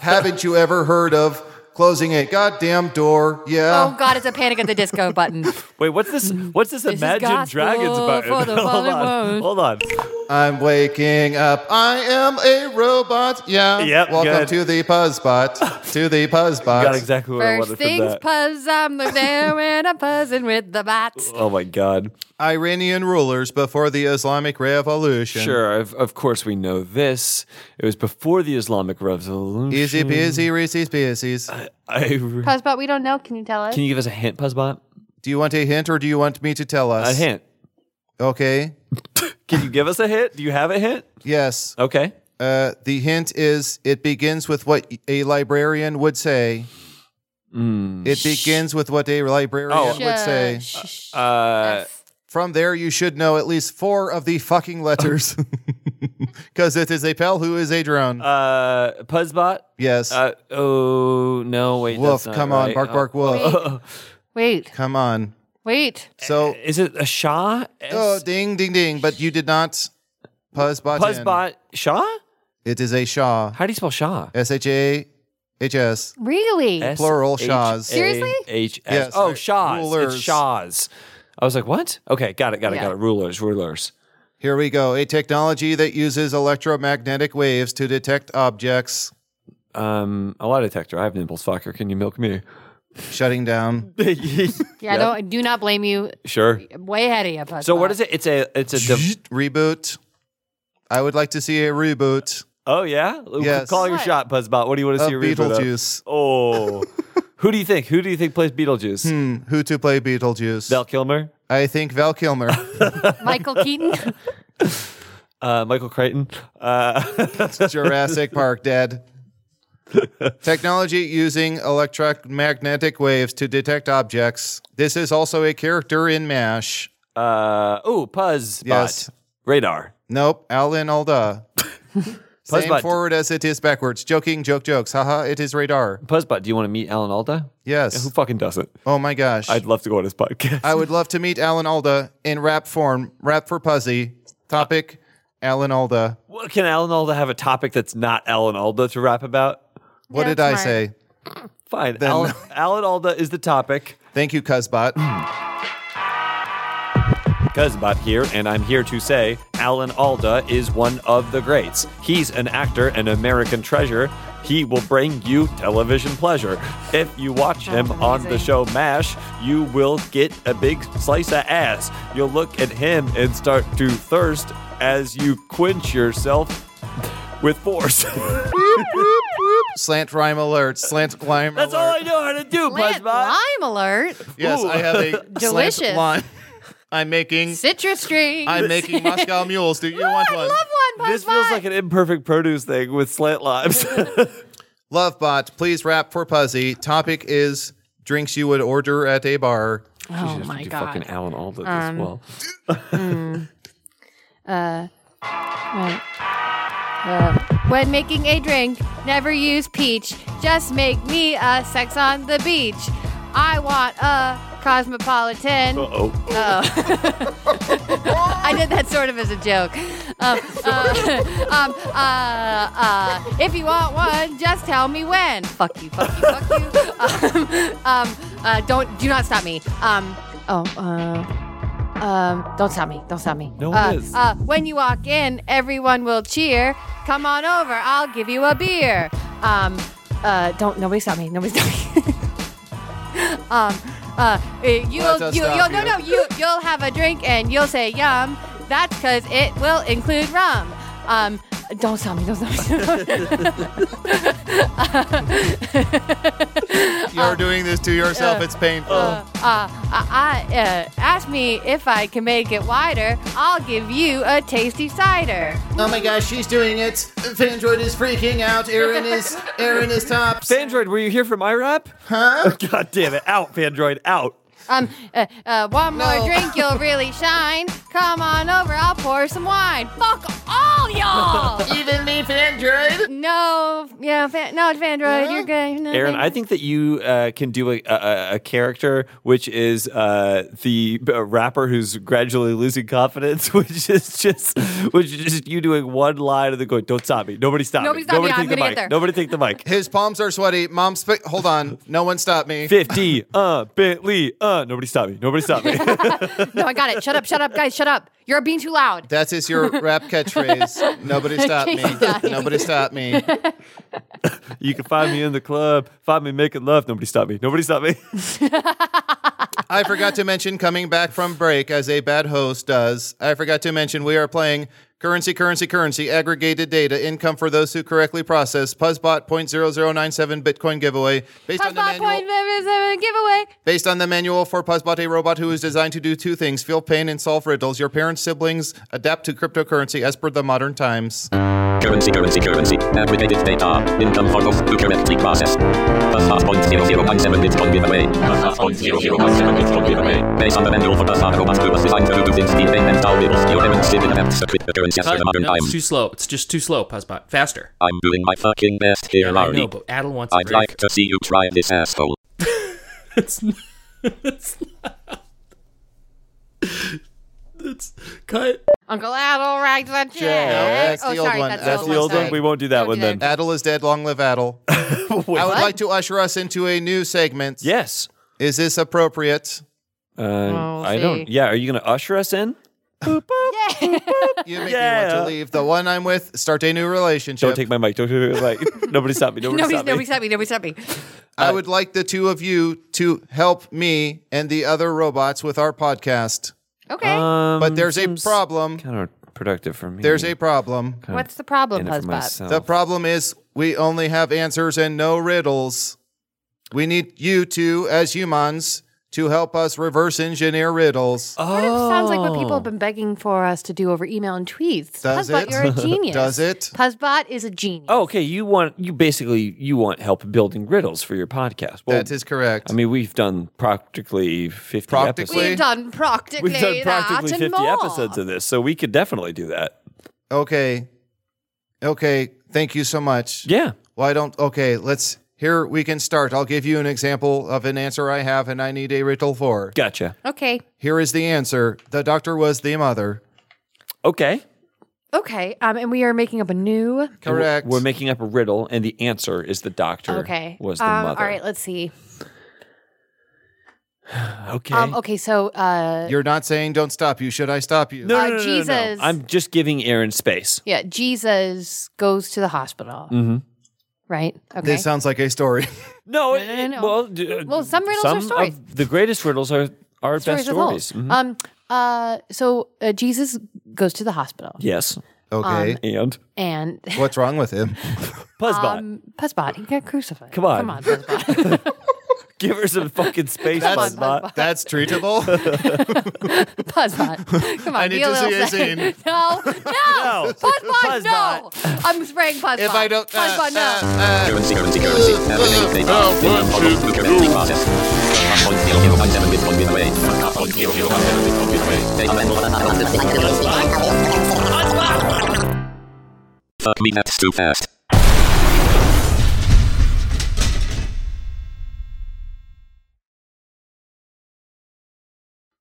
B: Haven't you ever heard of closing a goddamn door?
D: Oh
B: Yeah.
D: God, it's a Panic at the Disco button.
C: wait. What's this? What's this?
D: is
C: Imagine
D: gospel
C: Dragons button.
D: for the
C: hold on.
D: Hollywood.
C: Hold on.
B: I'm waking up. I am a robot. Yeah.
C: Yep,
B: Welcome
C: good.
B: to the Puzzbot. To the Puzzbot.
C: Got exactly what I
D: First
C: wanted from
D: things
C: that.
D: Puzz, I'm the there and I'm puzzing with the bots.
C: Oh my god.
B: Iranian rulers before the Islamic Revolution.
C: Sure, of, of course we know this. It was before the Islamic Revolution.
B: Easy peasy, Reese's Pieces.
C: Uh, I-
D: Puzzbot, we don't know. Can you tell us?
C: can you give us a hint, Puzzbot?
B: Do you want a hint or do you want me to tell us?
C: A hint.
B: Okay.
C: Can you give us a hint? Do you have a hint?
B: Yes.
C: Okay.
B: Uh, the hint is it begins with what a librarian would say.
C: Hmm.
B: It begins with what a librarian
C: Oh.
B: would say.
D: Shush.
C: Uh,
D: Yes.
B: From there, you should know at least four of the fucking letters. Because it is a pal who is a drone.
C: uh, Puzzbot?
B: yes.
C: Uh, oh, no, wait.
B: wolf,
C: that's not
B: come on.
C: right.
B: Bark, bark, wolf.
D: wait,
B: Come on.
D: wait.
B: So,
C: Oh, Is it a Shah?
B: oh,
C: S-
B: ding, ding, ding. But you did not. Puzzbot. in.
C: Puzzbot? Shah?
B: It is a Shaw.
C: How do you spell Shah?
B: S H A H S.
D: Really?
B: Plural Shahs.
D: Seriously?
C: H S.
B: Yes,
C: Oh,
B: they're
C: Shahs.
B: rulers.
C: It's Shahs. I was like, what? Okay, got it, got it,
D: Yeah.
C: got it. Rulers, rulers.
B: Here we go. A technology that uses electromagnetic waves to detect objects.
C: Um, a lie detector. I have nipples, fucker. Can you milk me?
B: Shutting down.
D: Yeah, I don't. Do not blame you.
C: sure.
D: Way ahead of you, Puzzbot.
C: So
B: uh,
C: what is it? It's a it's a div-
B: reboot. I would like to see a reboot
C: oh yeah.
B: Yes.
C: Call your
D: What?
C: shot, Buzzbot. What do you want to
B: of
C: see? a reboot of?
B: Beetlejuice.
C: Oh, who do you think? Who do you think plays Beetlejuice?
B: Hmm, who to play Beetlejuice?
C: Val Kilmer,
B: I think Val Kilmer.
D: Michael Keaton?
C: uh, Michael Crichton. Uh,
B: Jurassic Park dead. Technology using electromagnetic waves to detect objects. This is also a character in MASH.
C: uh, oh, Puzzbot.
B: Yes.
C: Radar.
B: Nope, Alan Alda. Same
C: Puzzbot.
B: forward as it is backwards. Joking, joke, jokes. Haha, it is radar.
C: Puzzbot. Do you want to meet Alan Alda? Who
B: Yes.
C: fucking doesn't?
B: Oh my gosh.
C: I'd love to go on his podcast.
B: I would love to meet Alan Alda in rap form. Rap for Puzzy. Topic Alan Alda.
C: What- Can Alan Alda have a topic that's not Alan Alda to rap about?
B: What
D: Yeah,
B: did I
D: smart.
B: say?
C: Fine. Alan, Alan Alda is the topic.
B: Thank you, Cuzbot.
C: Cuzbot here, and I'm here to say Alan, Alan Alda is one of the greats. He's an actor and American treasure. He will bring you television pleasure. If you watch him on the show MASH, you will get a big slice of ass. You'll look at him and start to thirst as you quench yourself with force.
B: Slant rhyme alert. Slant rhyme
C: That's all I know how to do,
D: Plant lime alert.
B: Yes, I have a
D: delicious
B: slant lime. I'm making
D: citrus drink.
B: I'm making Moscow mules. Do you want one?
D: Love one,
C: This feels like an imperfect produce thing with slant limes.
B: Love bot, please rap for Puzzy. Topic is drinks you would order at a bar.
D: Oh my
F: do
D: god.
F: fucking Alan Alda
D: Um,
F: as well.
D: mm. uh, right. Uh, when making a drink, never use peach. Just make me a sex on the beach. I want a cosmopolitan.
C: oh.
D: Oh. I did that sort of as a joke. Um, uh, um, uh, uh, if you want one, just tell me when. Fuck you, fuck you, fuck you. Um, um, uh, don't, do not stop me. Um, oh, uh, um, don't stop me, don't stop me.
A: No one
D: uh,
A: is.
D: Uh, when you walk in, everyone will cheer. Come on over, I'll give you a beer. Um, uh, don't, nobody stop me, nobody stop me. Um, uh, you'll,
A: Let us
D: you,
A: stop
D: you'll, no,
A: you.
D: no, you, you'll have a drink and you'll say yum. That's because it will include rum. Um, don't tell me, don't tell me.
B: You're
H: Oh.
B: doing this to yourself.
D: uh,
B: it's painful.
D: Uh, I, I, uh, ask me if I can make it wider. I'll give you a tasty cider.
H: Oh my gosh, she's doing it. Fandroid is freaking out. Aaron is Aaron is tops.
C: Fandroid, were you here from IRAP?
H: Huh?
C: God damn it. Out, Fandroid, out.
D: Um, uh, uh, one
H: No.
D: more drink, you'll really shine. Come on over, I'll pour some wine. Fuck all y'all.
H: Even me, Fandroid.
D: No, yeah, fan, no, Fandroid, you're good. No,
C: Aaron, I think that you uh, can do a, a, a character which is uh, the uh, rapper who's gradually losing confidence, which is just which is just you doing one line and then going, "Don't stop me, nobody stop
B: Nobody
C: me,
B: stop me,
C: nobody
B: I'm
C: take the
B: gonna get
C: mic,
B: there."
C: nobody take the mic."
B: His palms are sweaty. Mom, sp- hold on. No one stop me.
C: Fifty, uh, Bentley, uh, nobody stop me, nobody stop me.
D: no, I got it. Shut up, shut up, guys, shut up. You're being too loud.
B: That is your rap catchphrase. Nobody stop me.
D: Jesus, guys.
B: Nobody stop me.
C: you can find me in the club, find me making love, nobody stop me, nobody stop me.
B: I forgot to mention coming back from break as a bad host does. I forgot to mention we are playing currency, currency, currency, aggregated data, income for those who correctly process, Puzzbot 0.0097 Bitcoin giveaway based on the
D: Hotspot point seven seven giveaway.
B: Based on the manual for Puzzbot, a robot who is designed to do two things feel pain and solve riddles. Your parents' siblings adapt to cryptocurrency as per the modern times.
E: Currency, currency, currency. Aggregated data. Income for those who correctly process. Plus half point zero zero one seven Bitcoin giveaway. Plus half point zero zero one seven Bitcoin giveaway. Based on the manual for the Star Robot who was designed to do things the main and all riddles your parents did adapt to cryptocurrency as per
L: Cut.
E: the modern
L: No,
E: time.
L: it's too slow. It's just too slow, Puzzbot. Faster.
E: I'm doing my fucking best here,
L: I
E: Larry.
L: know, but Adel wants it
E: I'd
L: very
E: like to see you try this asshole.
L: it's not, it's not. It's cut.
D: Uncle Adel writes a check. oh, sorry, That's, the old one.
C: We won't do that one then.
B: Adel is dead. Long live Adel. I would like to usher us into a new segment.
C: Yes.
B: Is this appropriate?
C: Uh,
B: We'll
C: I don't.
B: see.
C: Yeah, are you going to usher us in?
B: You make me want to leave. The one I'm with, start a new relationship.
C: Don't take my mic. Don't take my mic. Nobody stop me. Nobody,
D: Nobody's,
C: stop me.
D: nobody's happy. Nobody's happy.
B: I would like the two of you to help me and the other robots with our podcast.
D: Okay.
C: Uh, Um,
B: but there's a problem.
C: Counterproductive for me.
B: There's a problem.
C: Kind of
D: What's the problem,
C: in it for
D: Puzzbot?
C: myself.
B: The problem is we only have answers and no riddles. We need you two, as humans, to help us reverse engineer riddles.
C: Uh,
D: Sort of sounds like what
C: Oh.
D: people have been begging for us to do over email and tweets.
B: Does
D: Puzzbot,
B: it?
D: you're a genius.
B: Does it?
D: Puzzbot is a genius.
C: Oh, okay. You want you basically you want help building riddles for your podcast. Well,
B: That is correct.
C: I mean, we've done practically fifty
D: We've
C: episodes.
D: done practically,
C: We've done practically
D: that and
C: fifty
D: more.
C: episodes of this, so we could definitely do that.
B: Okay. Okay. Thank you so much.
C: Yeah.
B: Why don't, okay, let's, here we can start. I'll give you an example of an answer I have and I need a riddle for.
C: Gotcha.
D: Okay.
B: Here is the answer the doctor was the mother.
C: Okay.
D: Okay. Um, and we are making up a new.
C: And we're- We're making up a riddle, and the answer is the doctor.
D: Okay.
C: Was the
D: um,
C: mother.
D: All right. Let's see.
C: okay.
D: Um, okay, so uh,
B: You're not saying don't stop you. Should I stop you?
D: No, Uh, no, no, no, no. Jesus.
C: I'm just giving Aaron space.
D: yeah, Jesus goes to the hospital,
C: Mm-hmm.
D: right? Okay.
B: This sounds like a story.
C: No,
D: no, no, no.
C: well, d- uh,
D: well, some riddles
C: Some
D: are stories.
C: of the greatest riddles are our best
D: with holes.
C: stories.
B: Mm-hmm.
C: Mhm.
D: Um. Uh. So uh, Jesus goes to the hospital.
C: yes.
D: Okay. Um,
C: and
D: And
B: what's wrong with him?
C: Puzzbot,
D: Um, Puzzbot. He got crucified.
C: Come on.
D: Come on. Puzzbot.
C: give her some fucking space,
D: Come on,
C: Puzzbot.
B: That's treatable.
D: Puzzbot. Come on.
B: I need
D: be a
B: to
D: little
B: see a
D: sane.
B: scene.
D: No. No. Puzzbot. No. I'm spraying Puzzbot. If I
B: uh,
D: don't, Puzzbot. no.
J: Currency, currency, currency. Everything they are. Income follows the currency process. Half point zero zero one seven Bitcoin giveaway. Half point zero zero one seven Bitcoin giveaway. They are Fuck me, Uh, that's too fast.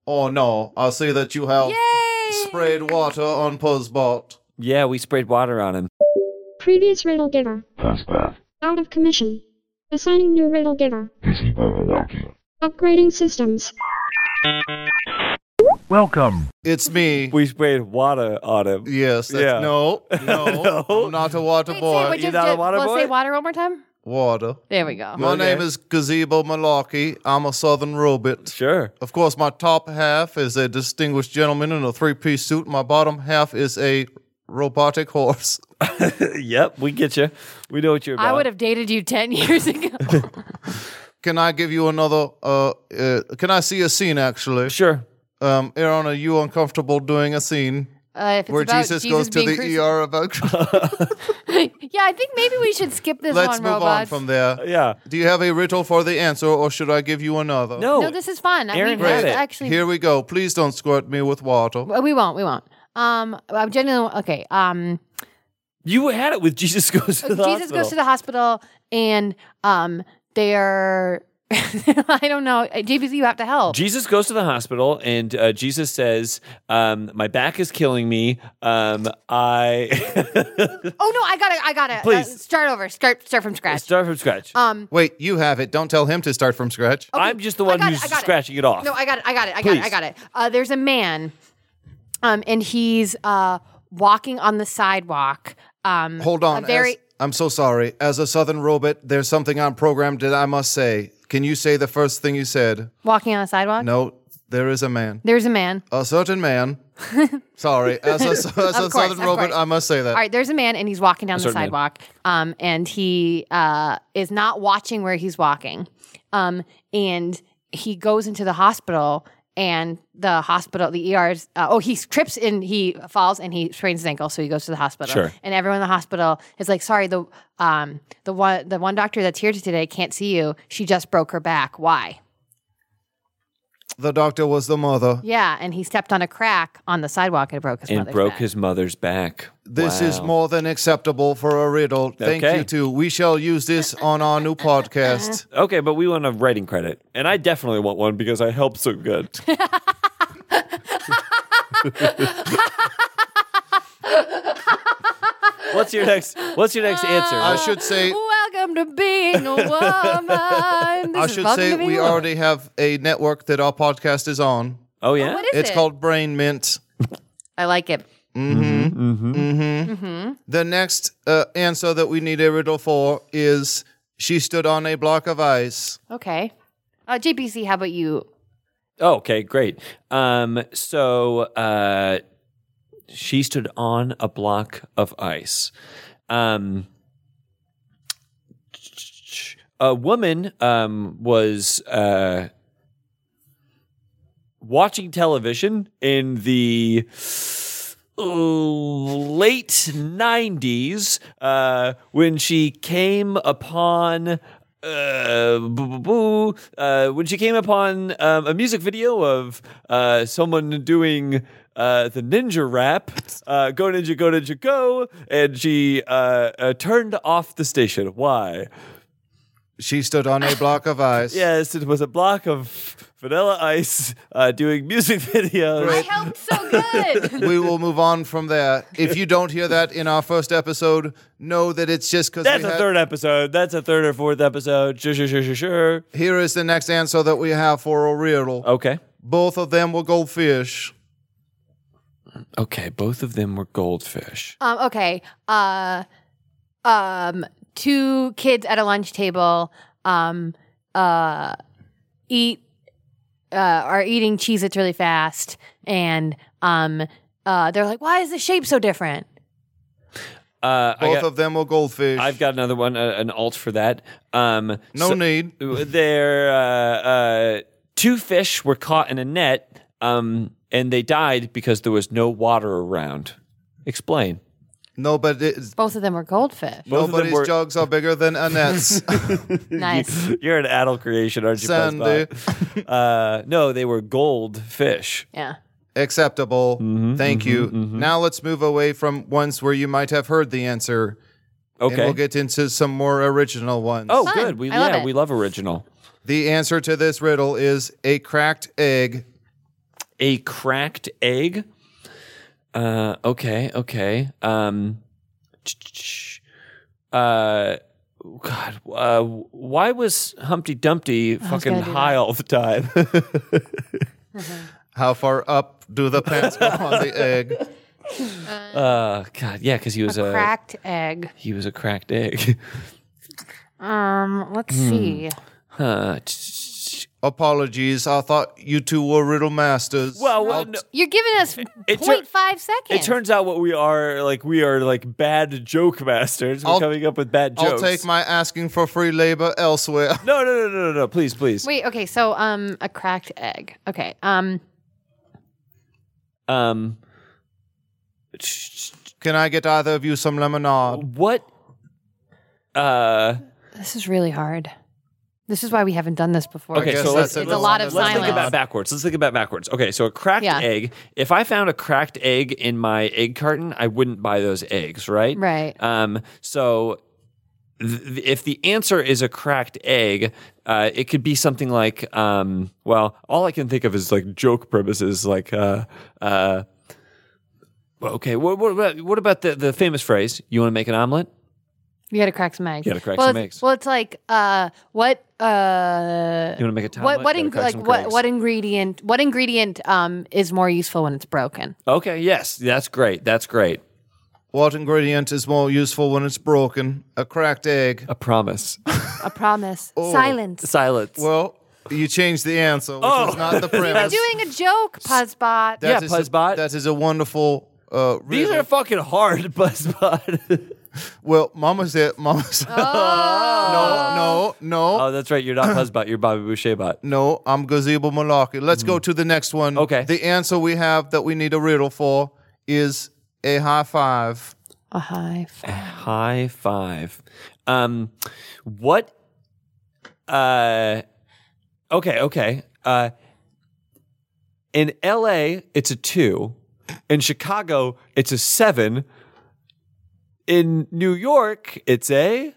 B: oh no, I see that you have sprayed water on Puzzbot.
C: Yeah, we sprayed water on him.
M: Previous riddle giver.
C: Puzzbot.
M: Out of commission. Assigning new riddle giver. Upgrading systems.
B: Welcome. It's me.
C: We sprayed water on him.
B: Yes. That's,
C: Yeah.
B: No. No. I'm not a water boy.
D: Wait, just, just, well, say water one more time.
B: water.
D: There we go.
B: My name is Gazebo Malarkey. I'm a Southern robot.
C: Sure.
B: Of course, my top half is a distinguished gentleman in a three-piece suit. My bottom half is a robotic horse.
C: yep, we get you. We know what you're
D: I would have dated you ten years ago.
B: Can I give you another? Uh, uh, can I see a scene actually?
C: Sure.
B: Um, Aaron, are you uncomfortable doing a scene
D: Uh, if it's
B: where
D: about
B: Jesus, goes to
D: being
B: the
D: cruci-
B: ER about?
D: yeah, I think maybe we should skip this
B: Let's
D: one,
B: move on
D: robots.
B: from there.
C: Yeah.
B: Do you have a riddle for the answer, or should I give you another?
D: no, this is fun. I mean,
B: Great.
D: actually, Oh,
B: Here we go. Please don't squirt me with water.
D: we won't. We won't. Um, I'm genuinely okay. Um,
C: You had it with Jesus goes to the
D: Jesus
C: hospital.
D: goes to the hospital, and um, they're I don't know. Uh, JBC, you have to help.
C: Jesus goes to the hospital and uh, Jesus says, um, "My back is killing me. Um, I
D: oh no, I gotta, I gotta.
C: Please.
D: start over. Start, start from scratch.
C: start from scratch.
D: Um,
B: Wait, you have it. Don't tell him to start from scratch.
C: I'm just the one
D: got it,
C: who's
D: I got it.
C: scratching it off.
D: No, I got it. I got it. I got it. I
C: Please.
D: got it. Uh, there's a man, um, and he's uh walking on the sidewalk. Um,
B: Hold
D: a
B: on. as-
D: very.
B: I'm so sorry. As a Southern robot, there's something on program that I must say. Can you say the first thing you said?
D: Walking on a sidewalk?
B: No, there is a man.
D: There's a man.
B: A certain man. sorry. As a, as a
D: Of course,
B: Southern
D: of
B: robot,
D: course.
B: I must say that.
D: All right, there's a man and he's walking down
B: A
D: the
B: certain man.
D: sidewalk. Um, and he uh, is not watching where he's walking. Um, and he goes into the hospital and the hospital, the ER's, uh, oh, he trips and he falls and he sprains his ankle. So he goes to the hospital.
C: Sure.
D: And everyone in the hospital is like, sorry, the, um, the, one, the one doctor that's here today can't see you. She just broke her back. Why?
B: The doctor was the mother.
D: Yeah. And he stepped on a crack on the sidewalk and broke his
C: and
D: mother's
C: broke
D: back.
C: his mother's back.
B: This is
C: Wow.
B: more than acceptable for a riddle. Thank
C: Okay.
B: you, too. We shall use this on our new podcast.
C: Okay, but we want a writing credit, and I definitely want one because I helped so good. what's your next? What's your next answer?
D: Uh,
B: I should say
D: Welcome to being a woman. This
B: I
D: is
B: should
D: Welcome
B: say
D: to Being
B: we
D: a Woman.
B: already have a network that our podcast is on.
C: Oh yeah,
D: what is
B: it's
D: it?
B: called Brain Mint.
D: I like it.
B: Mm-hmm. Mm-hmm. The next uh, answer that we need a riddle for is she stood on a block of ice.
D: Okay. Uh, JPC, how about you?
C: Oh, okay, great. Um, so uh, she stood on a block of ice. Um, a woman um, was uh, watching television in the late 90s uh, when she came upon uh, boo, boo, boo, uh, when she came upon um, a music video of uh, someone doing uh, the ninja rap, uh, go ninja, go ninja, go, and she uh, uh, turned off the station. Why?
B: She stood on a block of ice.
C: Yes, it was a block of Vanilla Ice uh, doing music videos.
B: Great.
D: helped so good.
B: we will move on from that. If you don't hear that in our first episode, know that it's just because
C: That's a third episode. That's a third or fourth episode. Sure, sure, sure, sure, sure.
B: Here is the next answer that we have for a riddle.
C: Okay.
B: Both of them were goldfish.
C: Okay, both of them were goldfish.
D: Um, okay. Uh, um, two kids at a lunch table um, uh, eat uh, are eating cheese Its really fast, and um, uh, they're like, "Why is the shape so different?"
C: Uh,
B: Both of them were goldfish.
C: I've got another one, uh, an alt for that. Um,
B: No need.
C: There, uh, uh, two fish were caught in a net, um, and they died because there was no water around. Explain.
B: No, but it's,
D: Both of them were goldfish.
C: Both of them
B: nobody's
C: were-
B: jugs are bigger than Annette's.
D: Nice.
C: You're an adult creation, aren't you?
B: Sandy.
C: Buzzbot? uh, no, they were gold fish.
D: Yeah.
B: Acceptable. Thank you.
C: mhm, mhm.
B: Now let's move away from ones where you might have heard the answer. And
C: Okay.
B: we'll get into some more original ones.
C: Oh, good. We yeah, we love original.
B: The answer to this riddle is a cracked egg.
C: A cracked egg. Uh, okay, okay. Um, uh, God, uh, why was Humpty Dumpty
B: was
C: fucking
B: gonna do
C: high all the time?
B: How far up do the pants go on the egg?
C: uh, God, yeah, because he was a,
D: Cracked egg.
C: he was a cracked egg.
D: Um, let's
B: Hmm.
D: see.
C: Huh.
B: Apologies. I thought you two were riddle masters.
C: Well, well, no,
D: You're giving us
C: it tur-
D: 0.5
C: It
D: seconds.
C: turns out what we are like we are like bad joke masters. We're
B: I'll-
C: coming up with bad
B: I'll
C: jokes.
B: take my asking for free labor elsewhere.
C: No, no, no, no, no, no. Please, please.
D: Wait, okay, so um a cracked egg. Okay. Um
C: Um,
B: Can I get either of you some lemonade?
C: What? Uh,
D: this is really hard. This is why we haven't done this before.
C: okay, so let's,
D: it's a lot of
C: let's
D: silence.
C: think about backwards. Let's think about backwards. Okay, so a cracked
D: Yeah.
C: egg. If I found a cracked egg in my egg carton, I wouldn't buy those eggs, right?
D: Right.
C: Um, so th- if the answer is a cracked egg, uh, it could be something like, um, well, all I can think of is like joke premises, like, uh, uh, well, okay, what, what about what about the, the famous phrase? You want to make an omelet?
D: You gotta crack some eggs.
C: You gotta crack
D: well,
C: some
D: it's-
C: eggs.
D: Well, it's like uh what uh
C: You want to make a omelet?
D: what what
C: Gotta
D: ing-
C: crack
D: like
C: some
D: what
C: eggs.
D: what ingredient what ingredient um is more useful when it's broken?
C: Okay, yes, that's great. That's great.
B: What ingredient is more useful when it's broken? A cracked egg.
C: A promise.
D: A promise.
C: Oh.
D: Silence.
C: Silence.
B: Well, you changed the answer, which is Oh. not the
D: We were
B: premise.
D: doing a joke, Puzzbot.
B: That is- That is a wonderful. Uh, These are
C: fucking hard, Buzzbot.
B: well, Mama said, Mama said, no, no, no.
C: Oh, that's right. You're not Buzzbot. You're Bobby Boucher bot.
B: No, I'm Gazebo Malaki. Let's go to the next one. Hmm. Okay. The answer we have that we need a riddle for is a high five.
D: A high
C: High five. Um, what? Uh, okay, okay. Uh, in L.A., it's a two. In Chicago, it's a seven. In New York, it's a.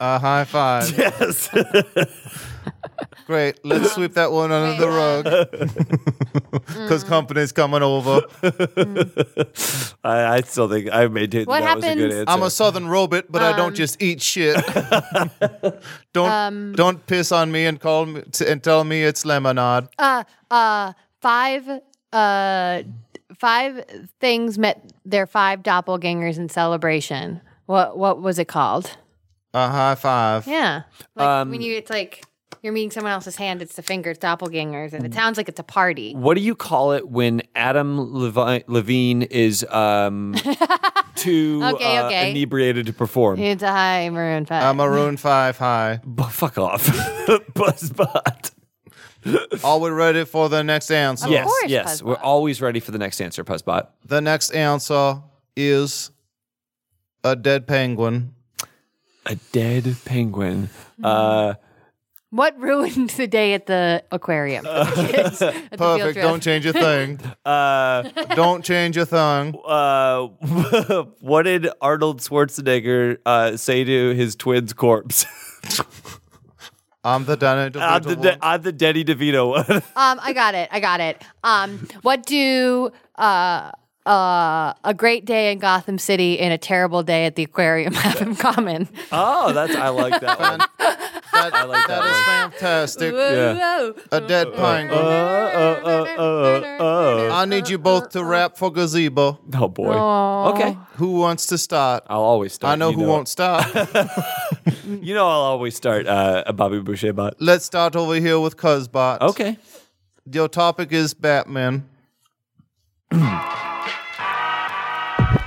B: A high five.
C: Yes.
B: Great. Let's sweep that one under the rug. Because
D: Mm.
B: company's coming over.
C: I, I still think I maintain that,
D: What
C: that was a good answer.
B: I'm a southern robot, but I don't just eat shit. don't
D: Um,
B: don't piss on me and call me and tell me it's lemonade.
D: uh uh five uh five things met their five doppelgangers in celebration what what was it called
B: A high five.
D: yeah like
C: Um,
D: when you it's like you're meeting someone else's hand it's the fingers doppelgangers and it sounds like it's a party
C: What do you call it when Adam Levi- Levine is um, too
D: Okay,
C: uh,
D: okay.
C: inebriated to perform?
D: it's a high maroon five
B: I'm a Maroon Five high.
C: B- fuck off, Buzzbot.
B: Are we ready for the next answer?
C: yes, yes. We're always ready for the next answer, Puzzbot.
B: The next answer is a dead penguin.
C: A dead penguin. Uh,
D: what ruined the day at the aquarium for the kids at the field
B: Perfect.
D: trip?
B: Don't change a thing.
C: uh,
B: Don't change a thing.
C: uh, what did Arnold Schwarzenegger uh, say to his twin's corpse?
B: I'm the Danny DeVito.
C: I'm the, de- I'm the Denny DeVito one.
D: Um, I got it. I got it. Um, what do uh, uh, a great day in Gotham City and a terrible day at the aquarium have in common?
C: Oh, that's I like that one.
B: That,
C: I like that, Uh,
B: that is fantastic.
D: Whoa.
B: A dead pine. I need you both to rap for gazebo.
C: Oh boy.
D: Aw. Okay.
B: Who wants to start?
C: I'll always start.
B: I know
C: You
B: who
C: know
B: won't
C: it.
B: start.
C: one. You know I'll always start uh, a Bobby Boucher bot.
B: Let's start over here with Cuzbot.
C: Okay.
B: Your topic is Batman.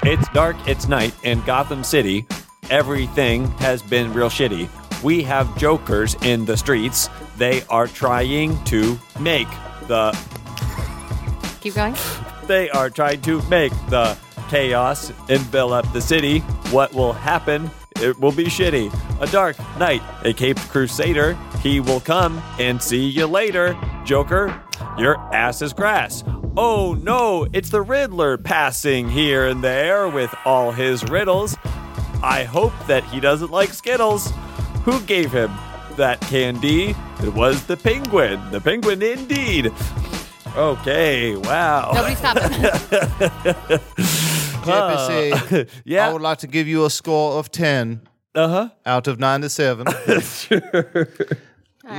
C: It's dark, it's night in Gotham City. Everything has been real shitty. We have jokers in the streets. They are trying to make the
D: Keep going.
C: They are trying to make the chaos envelop the city. What will happen? It will be shitty. A dark night, a caped crusader. He will come and see you later. Joker, your ass is grass. Oh no, it's the Riddler passing here and there with all his riddles. I hope that he doesn't like Skittles. Who gave him that candy? It was the penguin. The penguin, indeed. Okay, wow.
D: Nobody stop it.
B: JPC,
C: yeah.
B: I would like to give you a score of 10
C: uh-huh.
B: out of 9 to 7.
D: All right,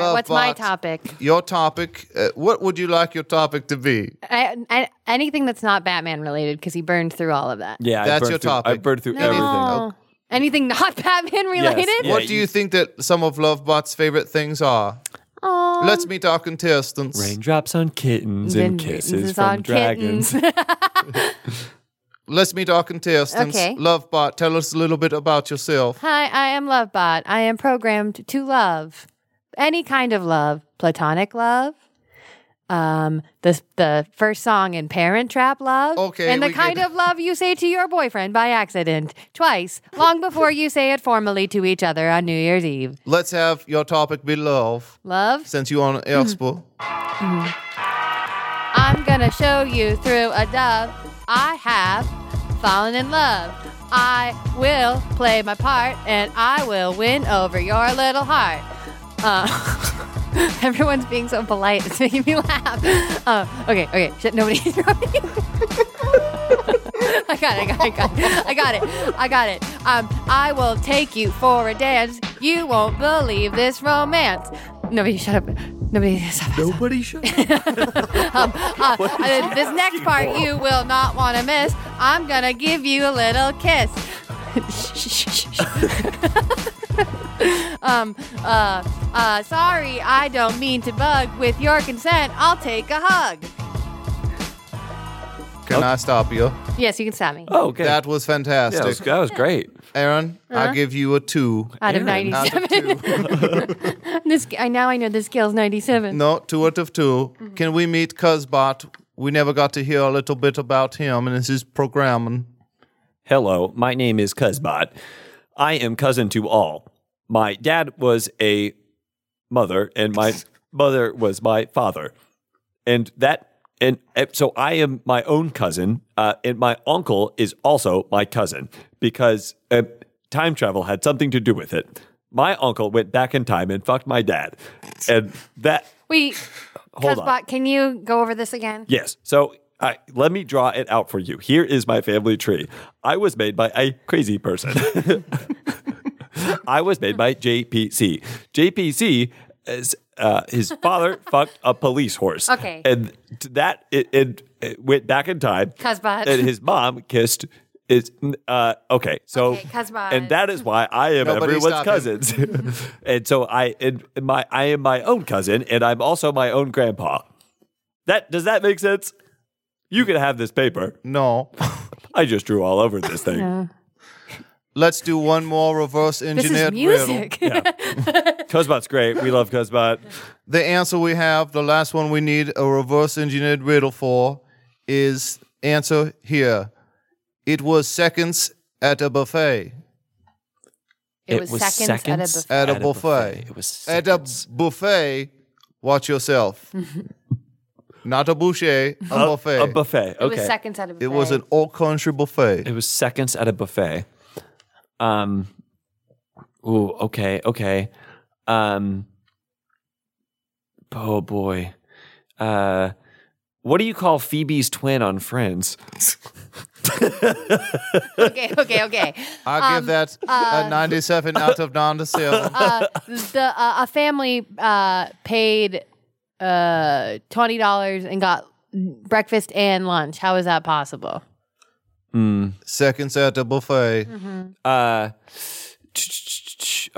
B: Love
D: what's my
B: box.
D: topic?
B: Your topic, uh, what would you like your topic to be?
D: I, I, anything that's not Batman related because he burned through all of that.
C: Yeah, I
B: That's
C: burned
B: your
C: through-
B: topic.
C: I burned through
D: No.
C: everything.
D: Anything not Batman related?
C: yeah,
B: what do
C: you-
B: you think that some of Lovebot's favorite things are?
D: Aw.
B: Let's meet our contestants.
C: Raindrops on kittens
D: Then
C: and kisses
D: kittens
C: from
D: on
C: dragons.
D: kittens.
B: Let's meet our contestants.
D: Okay.
B: Lovebot, tell us a little bit about yourself.
D: Hi, I am Lovebot. I am programmed to love any kind of love, platonic love. Um, the the first song in Parent Trap, love,
B: Okay,
D: and the
B: we
D: kind
B: get-
D: of love you say to your boyfriend by accident twice, long before you say it formally to each other on New Year's Eve.
B: Let's have your topic be love,
D: Love,
B: since you on
D: Mm-hmm.
B: Elspel.
D: I'm gonna show you through a dove. I have fallen in love. I will play my part and I will win over your little heart. Uh, everyone's being so polite, it's making me laugh. Uh, okay, okay, shit, nobody. nobody. I got it, I got it, I got it, I got it. Um, I will take you for a dance. You won't believe this romance. Nobody, shut up. Nobody, stop.
L: Nobody should.
D: Uh, uh, this next part you will not want to miss. I'm gonna give you a little kiss. um, uh, uh, sorry, I don't mean to bug. With your consent, I'll take a hug.
B: Can I stop you?
D: Yes, you can stop me.
C: Oh, okay.
B: That was
C: Oh. Yeah, that, was,
B: fantastic.
C: that was great.
B: Aaron,
D: Uh-huh.
B: I give you a two.
D: out of
C: Aaron.
B: Out of
D: 97. this I now I know this scale's 97.
B: No, two out of 2
D: Mm-hmm.
B: Can we meet Cuzbot? We never got to hear a little bit about him and his programming.
C: Hello, my name is Cuzbot. I am cousin to all. My dad was a mother, and my mother was my father. And that, and uh, so I am my own cousin, uh, and my uncle is also my cousin because uh, time travel had something to do with it. My uncle went back in time and fucked my dad. And that,
D: Wait,
C: hold on.
D: Cuzbot, can you go over this again?
C: Yes. So I let me draw it out for you. Here is my family tree. I was made by a crazy person. I was made by JPC. JPC is uh, his father fucked a police horse.
D: Okay.
C: And t- that it, it, it went back in time.
D: Cuzbot.
C: And his mom kissed. Is uh okay so
D: Okay, Cuzbot.
C: and that is why I am
B: Nobody
C: everyone's
B: stop him.
C: cousin cousins. and so I and my I am my own cousin and I'm also my own grandpa. That does that make sense? You can have this paper.
B: No.
C: I just drew all over this thing.
B: Let's do one more reverse
D: This is
B: engineered riddle.
D: music.
C: Cuzbot's great. We love Cuzbot.
B: The answer we have, the last one we need a reverse engineered riddle for, is answer here. It was seconds at a buffet.
D: It, was, seconds, at a
B: At,
D: buffet.
B: a buffet.
C: It was
B: At a buffet, watch yourself. Not a boucher, a, buffet.
C: a buffet.
D: It
C: Okay.
D: was seconds at a buffet.
B: it was an old country buffet.
C: It was seconds at a buffet. Um. Ooh. Okay. Okay. Um. Oh boy. Uh, what do you call Phoebe's twin on Friends?
D: okay, okay, okay.
B: I give
D: Um,
B: that
D: uh,
B: a 97 out of 97.
D: uh, the uh, a family uh, paid uh, twenty dollars and got breakfast and lunch. How is that possible?
B: Seconds at the buffet.
D: Mm-hmm.
C: Uh,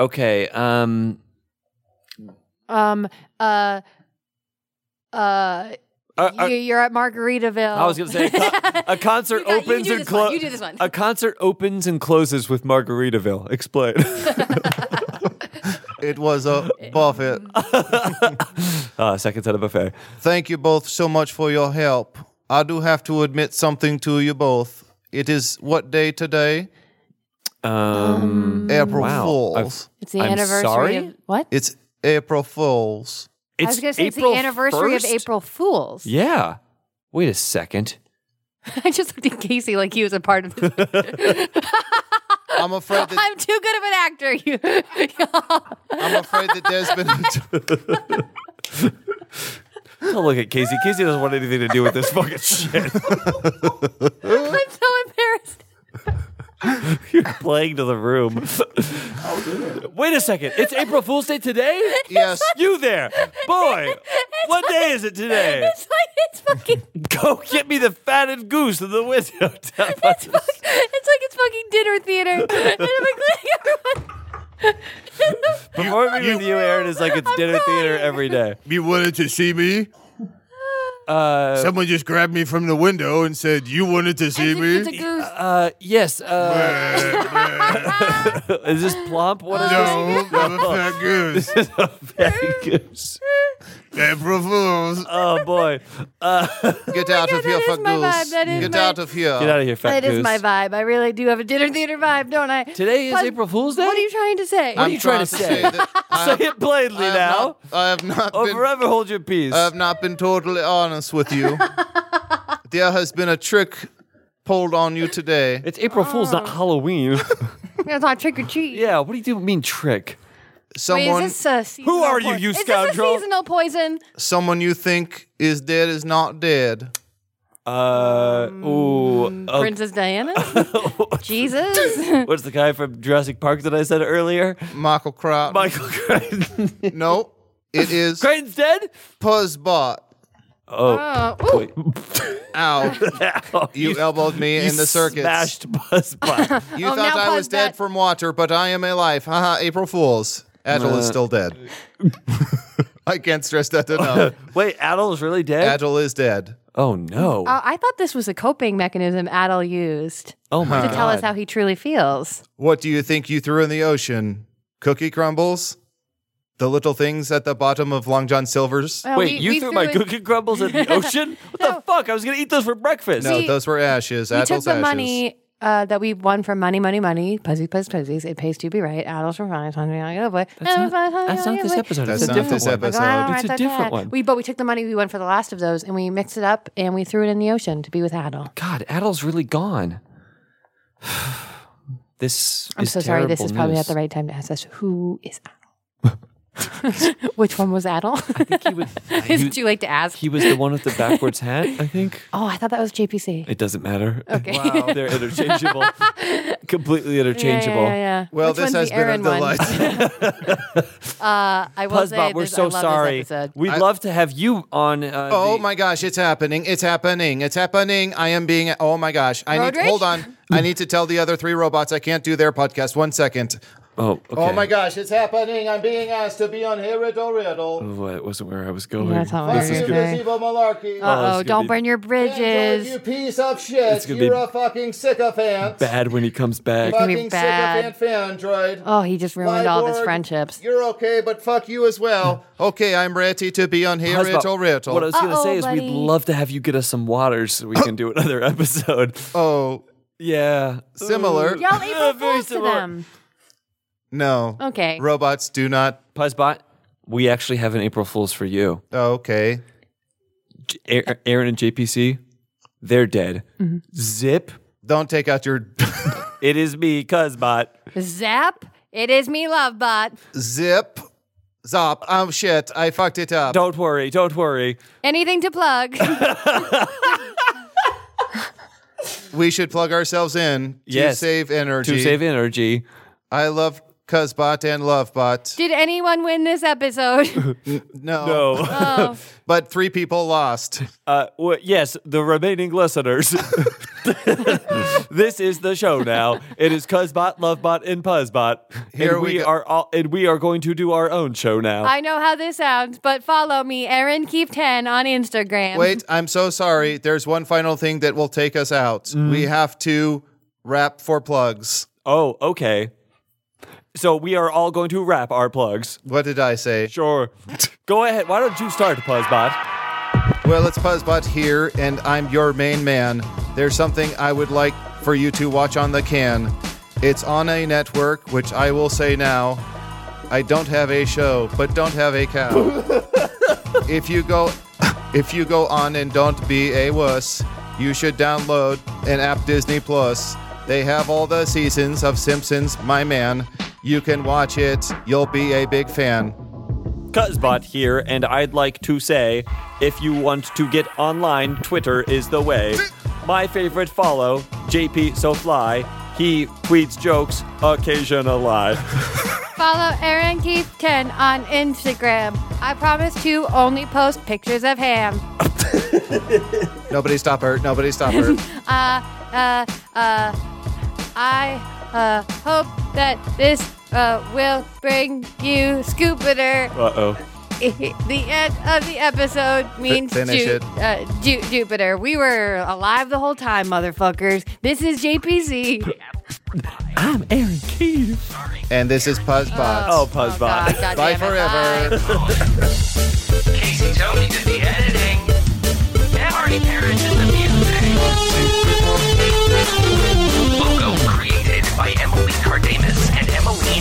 C: okay. Um,
D: Um. Uh. Uh.
C: Uh, uh,
D: you, you're at Margaritaville.
C: I was gonna say a, co- a concert
D: You got- you
C: opens
D: do
C: and
D: this one,
C: closes.
D: you do this one.
C: A concert opens and closes with Margaritaville. Explain.
B: It was a buffet.
D: Mm-hmm.
C: uh, second set of buffet.
B: Thank you both so much for your help. I do have to admit something to you both. It is what day today?
C: Um,
D: Mm.
B: April
C: wow.
B: Fools.
C: I've-
D: It's the anniversary of what?
B: It's April Fools.
D: I was gonna say it's the anniversary of April Fools.
C: Yeah. Wait a second.
D: I just looked at Casey like he was a part of this.
B: I'm afraid that
D: I'm too good of an actor. You.
B: I'm afraid that there's been
C: Don't look at Casey. Casey doesn't want anything to do with this fucking shit.
D: I'm so embarrassed.
C: You're playing to the room. Wait a second. It's April Fool's Day today?
B: Yes.
C: You there. Boy, what day is it today?
D: It's like it's fucking.
C: Go get me the fatted goose in the window. down by the-
D: It's like it's fucking dinner theater. And I'm like,
C: Performing with you, Aaron, is like it's dinner theater every day.
N: You wanted to see me?
C: Uh,
N: Someone just grabbed me from the window and said, "You wanted to see me."
C: Uh, yes. Uh, is this plump? What
D: Uh,
C: is
N: No,
C: this?
N: not a fat goose.
C: This is a fat goose.
N: April Fools.
C: Oh boy. Uh,
B: Get out of here,
D: that is
B: fuck
D: Oh my vibe,
B: goose.
D: that is
B: Get
D: my-
B: out of here.
C: Get out of here, fat
D: that
C: goose.
D: is my vibe. I really do have a dinner theater vibe, don't I?
C: Today is
D: Plus,
C: April Fool's Day.
D: What are you trying to say?
C: What are you trying to say? say it plainly now,
B: I have not
C: or
B: been
C: forever hold your peace.
B: I have not been totally honest with you. there has been a trick pulled on you today.
C: It's April Fool's,
D: Oh.
C: not Halloween.
D: That's not trick or treat.
C: yeah. What do you do? Mean trick?
B: Someone,
D: Wait, is this a seasonal
C: Who are you, you
D: is this a
C: scoundrel?
D: seasonal poison?
B: someone you think is dead is not dead.
C: Uh. Ooh. oh,
D: Princess Diana? Jesus.
C: what's the guy from Jurassic Park that I said earlier?
B: Michael Crichton.
C: Michael Crichton.
B: no, it is
C: Crichton's dead.
B: Puzzbot.
C: Oh.
D: Oh, ooh.
C: wait. Oh,
B: Ow! You elbowed me
C: you
B: in the circus.
C: Smashed Buzzbot.
B: You
D: Oh,
B: thought
D: now
B: I was
D: Puzzbot-
B: dead from water, but I am alive. Haha! April Fools. Adel is
C: Uh.
B: still dead. I can't stress that enough.
C: Wait, Adel's really dead?
B: Adel is dead.
C: oh no.
D: Uh, I thought this was a coping mechanism Adel used
C: oh my
D: to
C: god.
D: tell us how he truly feels.
B: What do you think you threw in the ocean? Cookie crumbles? The little things at the bottom of Long John Silver's?
D: Well,
C: Wait,
D: we-
C: you
D: we
C: threw my
D: it-
C: cookie crumbles in the ocean? What the fuck? I was gonna eat those for breakfast.
B: no,
D: we-
B: those were ashes.
D: We took
B: Adel's
D: the
B: ashes.
D: money uh, that we won from Money, Money, Money, Puzzies, Puzz, Puzzies, It Pays to Be Right, Adults for Fun, Fun, Fun, Oh Boy.
C: That's not- that's not this episode.
B: That's not this episode.
C: It's a different one.
D: We, but we took the money we won for the last of those and we mixed it up and we threw it in the ocean to be with Adel.
C: God, Adel's really gone. this
D: I'm
C: is
D: so sorry. This
C: terrible
D: is probably
C: news.
D: not the right time to ask us who is Adel? Which one was Adel? is it too late to ask?
C: He was the one with the backwards hat, I think.
D: oh, I thought that was JPC.
C: It doesn't matter.
D: Okay.
C: Wow, they're interchangeable. Completely
D: Yeah,
C: interchangeable.
D: yeah, yeah.
B: Well,
D: Which
B: this has
D: one's the
B: been a
D: Aaron one?
B: delight.
D: Uh, I will say
C: Puzzbot, we're
D: this- I
C: so
D: love this
C: sorry.
D: episode.
C: We'd love to have you on. Uh,
B: oh
C: the-
B: my gosh, it's happening. It's happening. It's happening. I am being Oh my gosh. I need
D: Roderick?
B: hold on. I need to tell the other three robots I can't do their podcast. One second.
C: Oh, okay.
B: Oh my gosh, it's happening. I'm being asked to be on Hey Riddle Riddle.
C: Oh, it wasn't where I was going.
D: that's not where
C: This
D: you
C: is
D: were
C: good.
D: going.
B: Evil malarkey.
D: Uh
C: gonna
D: oh, don't
C: be-
D: burn your
B: Android,
D: bridges.
B: You piece of shit.
C: It's gonna be-
B: You're a fucking sycophant.
C: Bad when he comes back.
D: gonna be
B: Fucking
D: bad.
B: sycophant Fandroid.
D: Oh, he just ruined all of his
B: Cyborg,
D: friendships.
B: You're okay, but fuck you as well. okay, I'm ready to be on here,
C: How's about-
B: Riddle Riddle.
C: What I was going to
D: Uh-oh,
C: say is we'd
D: buddy.
C: love to have you get us some water so we can do another episode.
B: oh,
C: Yeah.
B: similar.
C: Ooh. Yeah,
D: Y'all April
C: very
D: Fools to
C: similar.
D: them.
B: no.
D: Okay.
B: Robots do not.
C: Puzzbot, we actually have an April Fool's for you.
B: oh, Okay.
C: J- Aaron Aaron and JPC, they're dead. Zip,
B: Don't take out your
C: it is me, Cuzbot.
D: Zap, it is me, love bot.
B: zip. Zop. Oh shit, I fucked it up.
C: Don't worry, don't worry.
D: Anything to plug?
B: We should plug ourselves in to
C: Yes.
B: save energy.
C: To save energy.
B: I love Cuzbot and Lovebot.
D: Did anyone win this episode?
B: N- no.
C: No.
D: Oh.
B: but three people lost.
C: Uh, well, yes, the remaining listeners. this is the show now. It is Cuzbot, Lovebot, and Puzzbot.
B: Here
C: and
B: we
C: we, are all, and we are going to do our own show now.
D: I know how this sounds, but follow me, Erin Keefe 10 on Instagram.
B: Wait, I'm so sorry. There's one final thing that will take us out.
C: Mm.
B: We have to wrap for plugs.
C: Oh, okay. So we are all going to wrap our plugs.
B: What did I say?
C: Sure. Go ahead. Why don't you start, Puzzbot?
B: Well, it's Puzzbot here, and I'm your main man. There's something I would like for you to watch on the can. It's on a network, which I will say now. I don't have a show, but don't have a cow. if you go, if you go on and don't be a wuss, you should download an app Disney Plus. They have all the seasons of Simpsons, my man. You can watch it. You'll be a big fan.
C: Cuzbot here, and I'd like to say if you want to get online, Twitter is the way. My favorite follow, JP So Fly. He tweets jokes occasionally.
D: Follow Erin Keefe 10 on Instagram. I promise to only post pictures of ham.
B: Nobody stop her. Nobody stop her.
D: Uh, uh, uh, I uh, hope that this uh, will bring you Scoopiter.
C: Uh oh.
D: the end of the episode means
B: Fi- finish
D: Ju-
B: it.
D: uh, Ju- Jupiter. We were alive the whole time, motherfuckers. This is JPC.
C: I'm Aaron Keith.
B: And this is Puzzbot.
C: Oh, Puzzbot.
D: God
B: Bye
D: damn it,
B: forever.
J: Casey Tony did the editing. And Marty Parrish did the music. Logo created by Emily Cardamus and Emily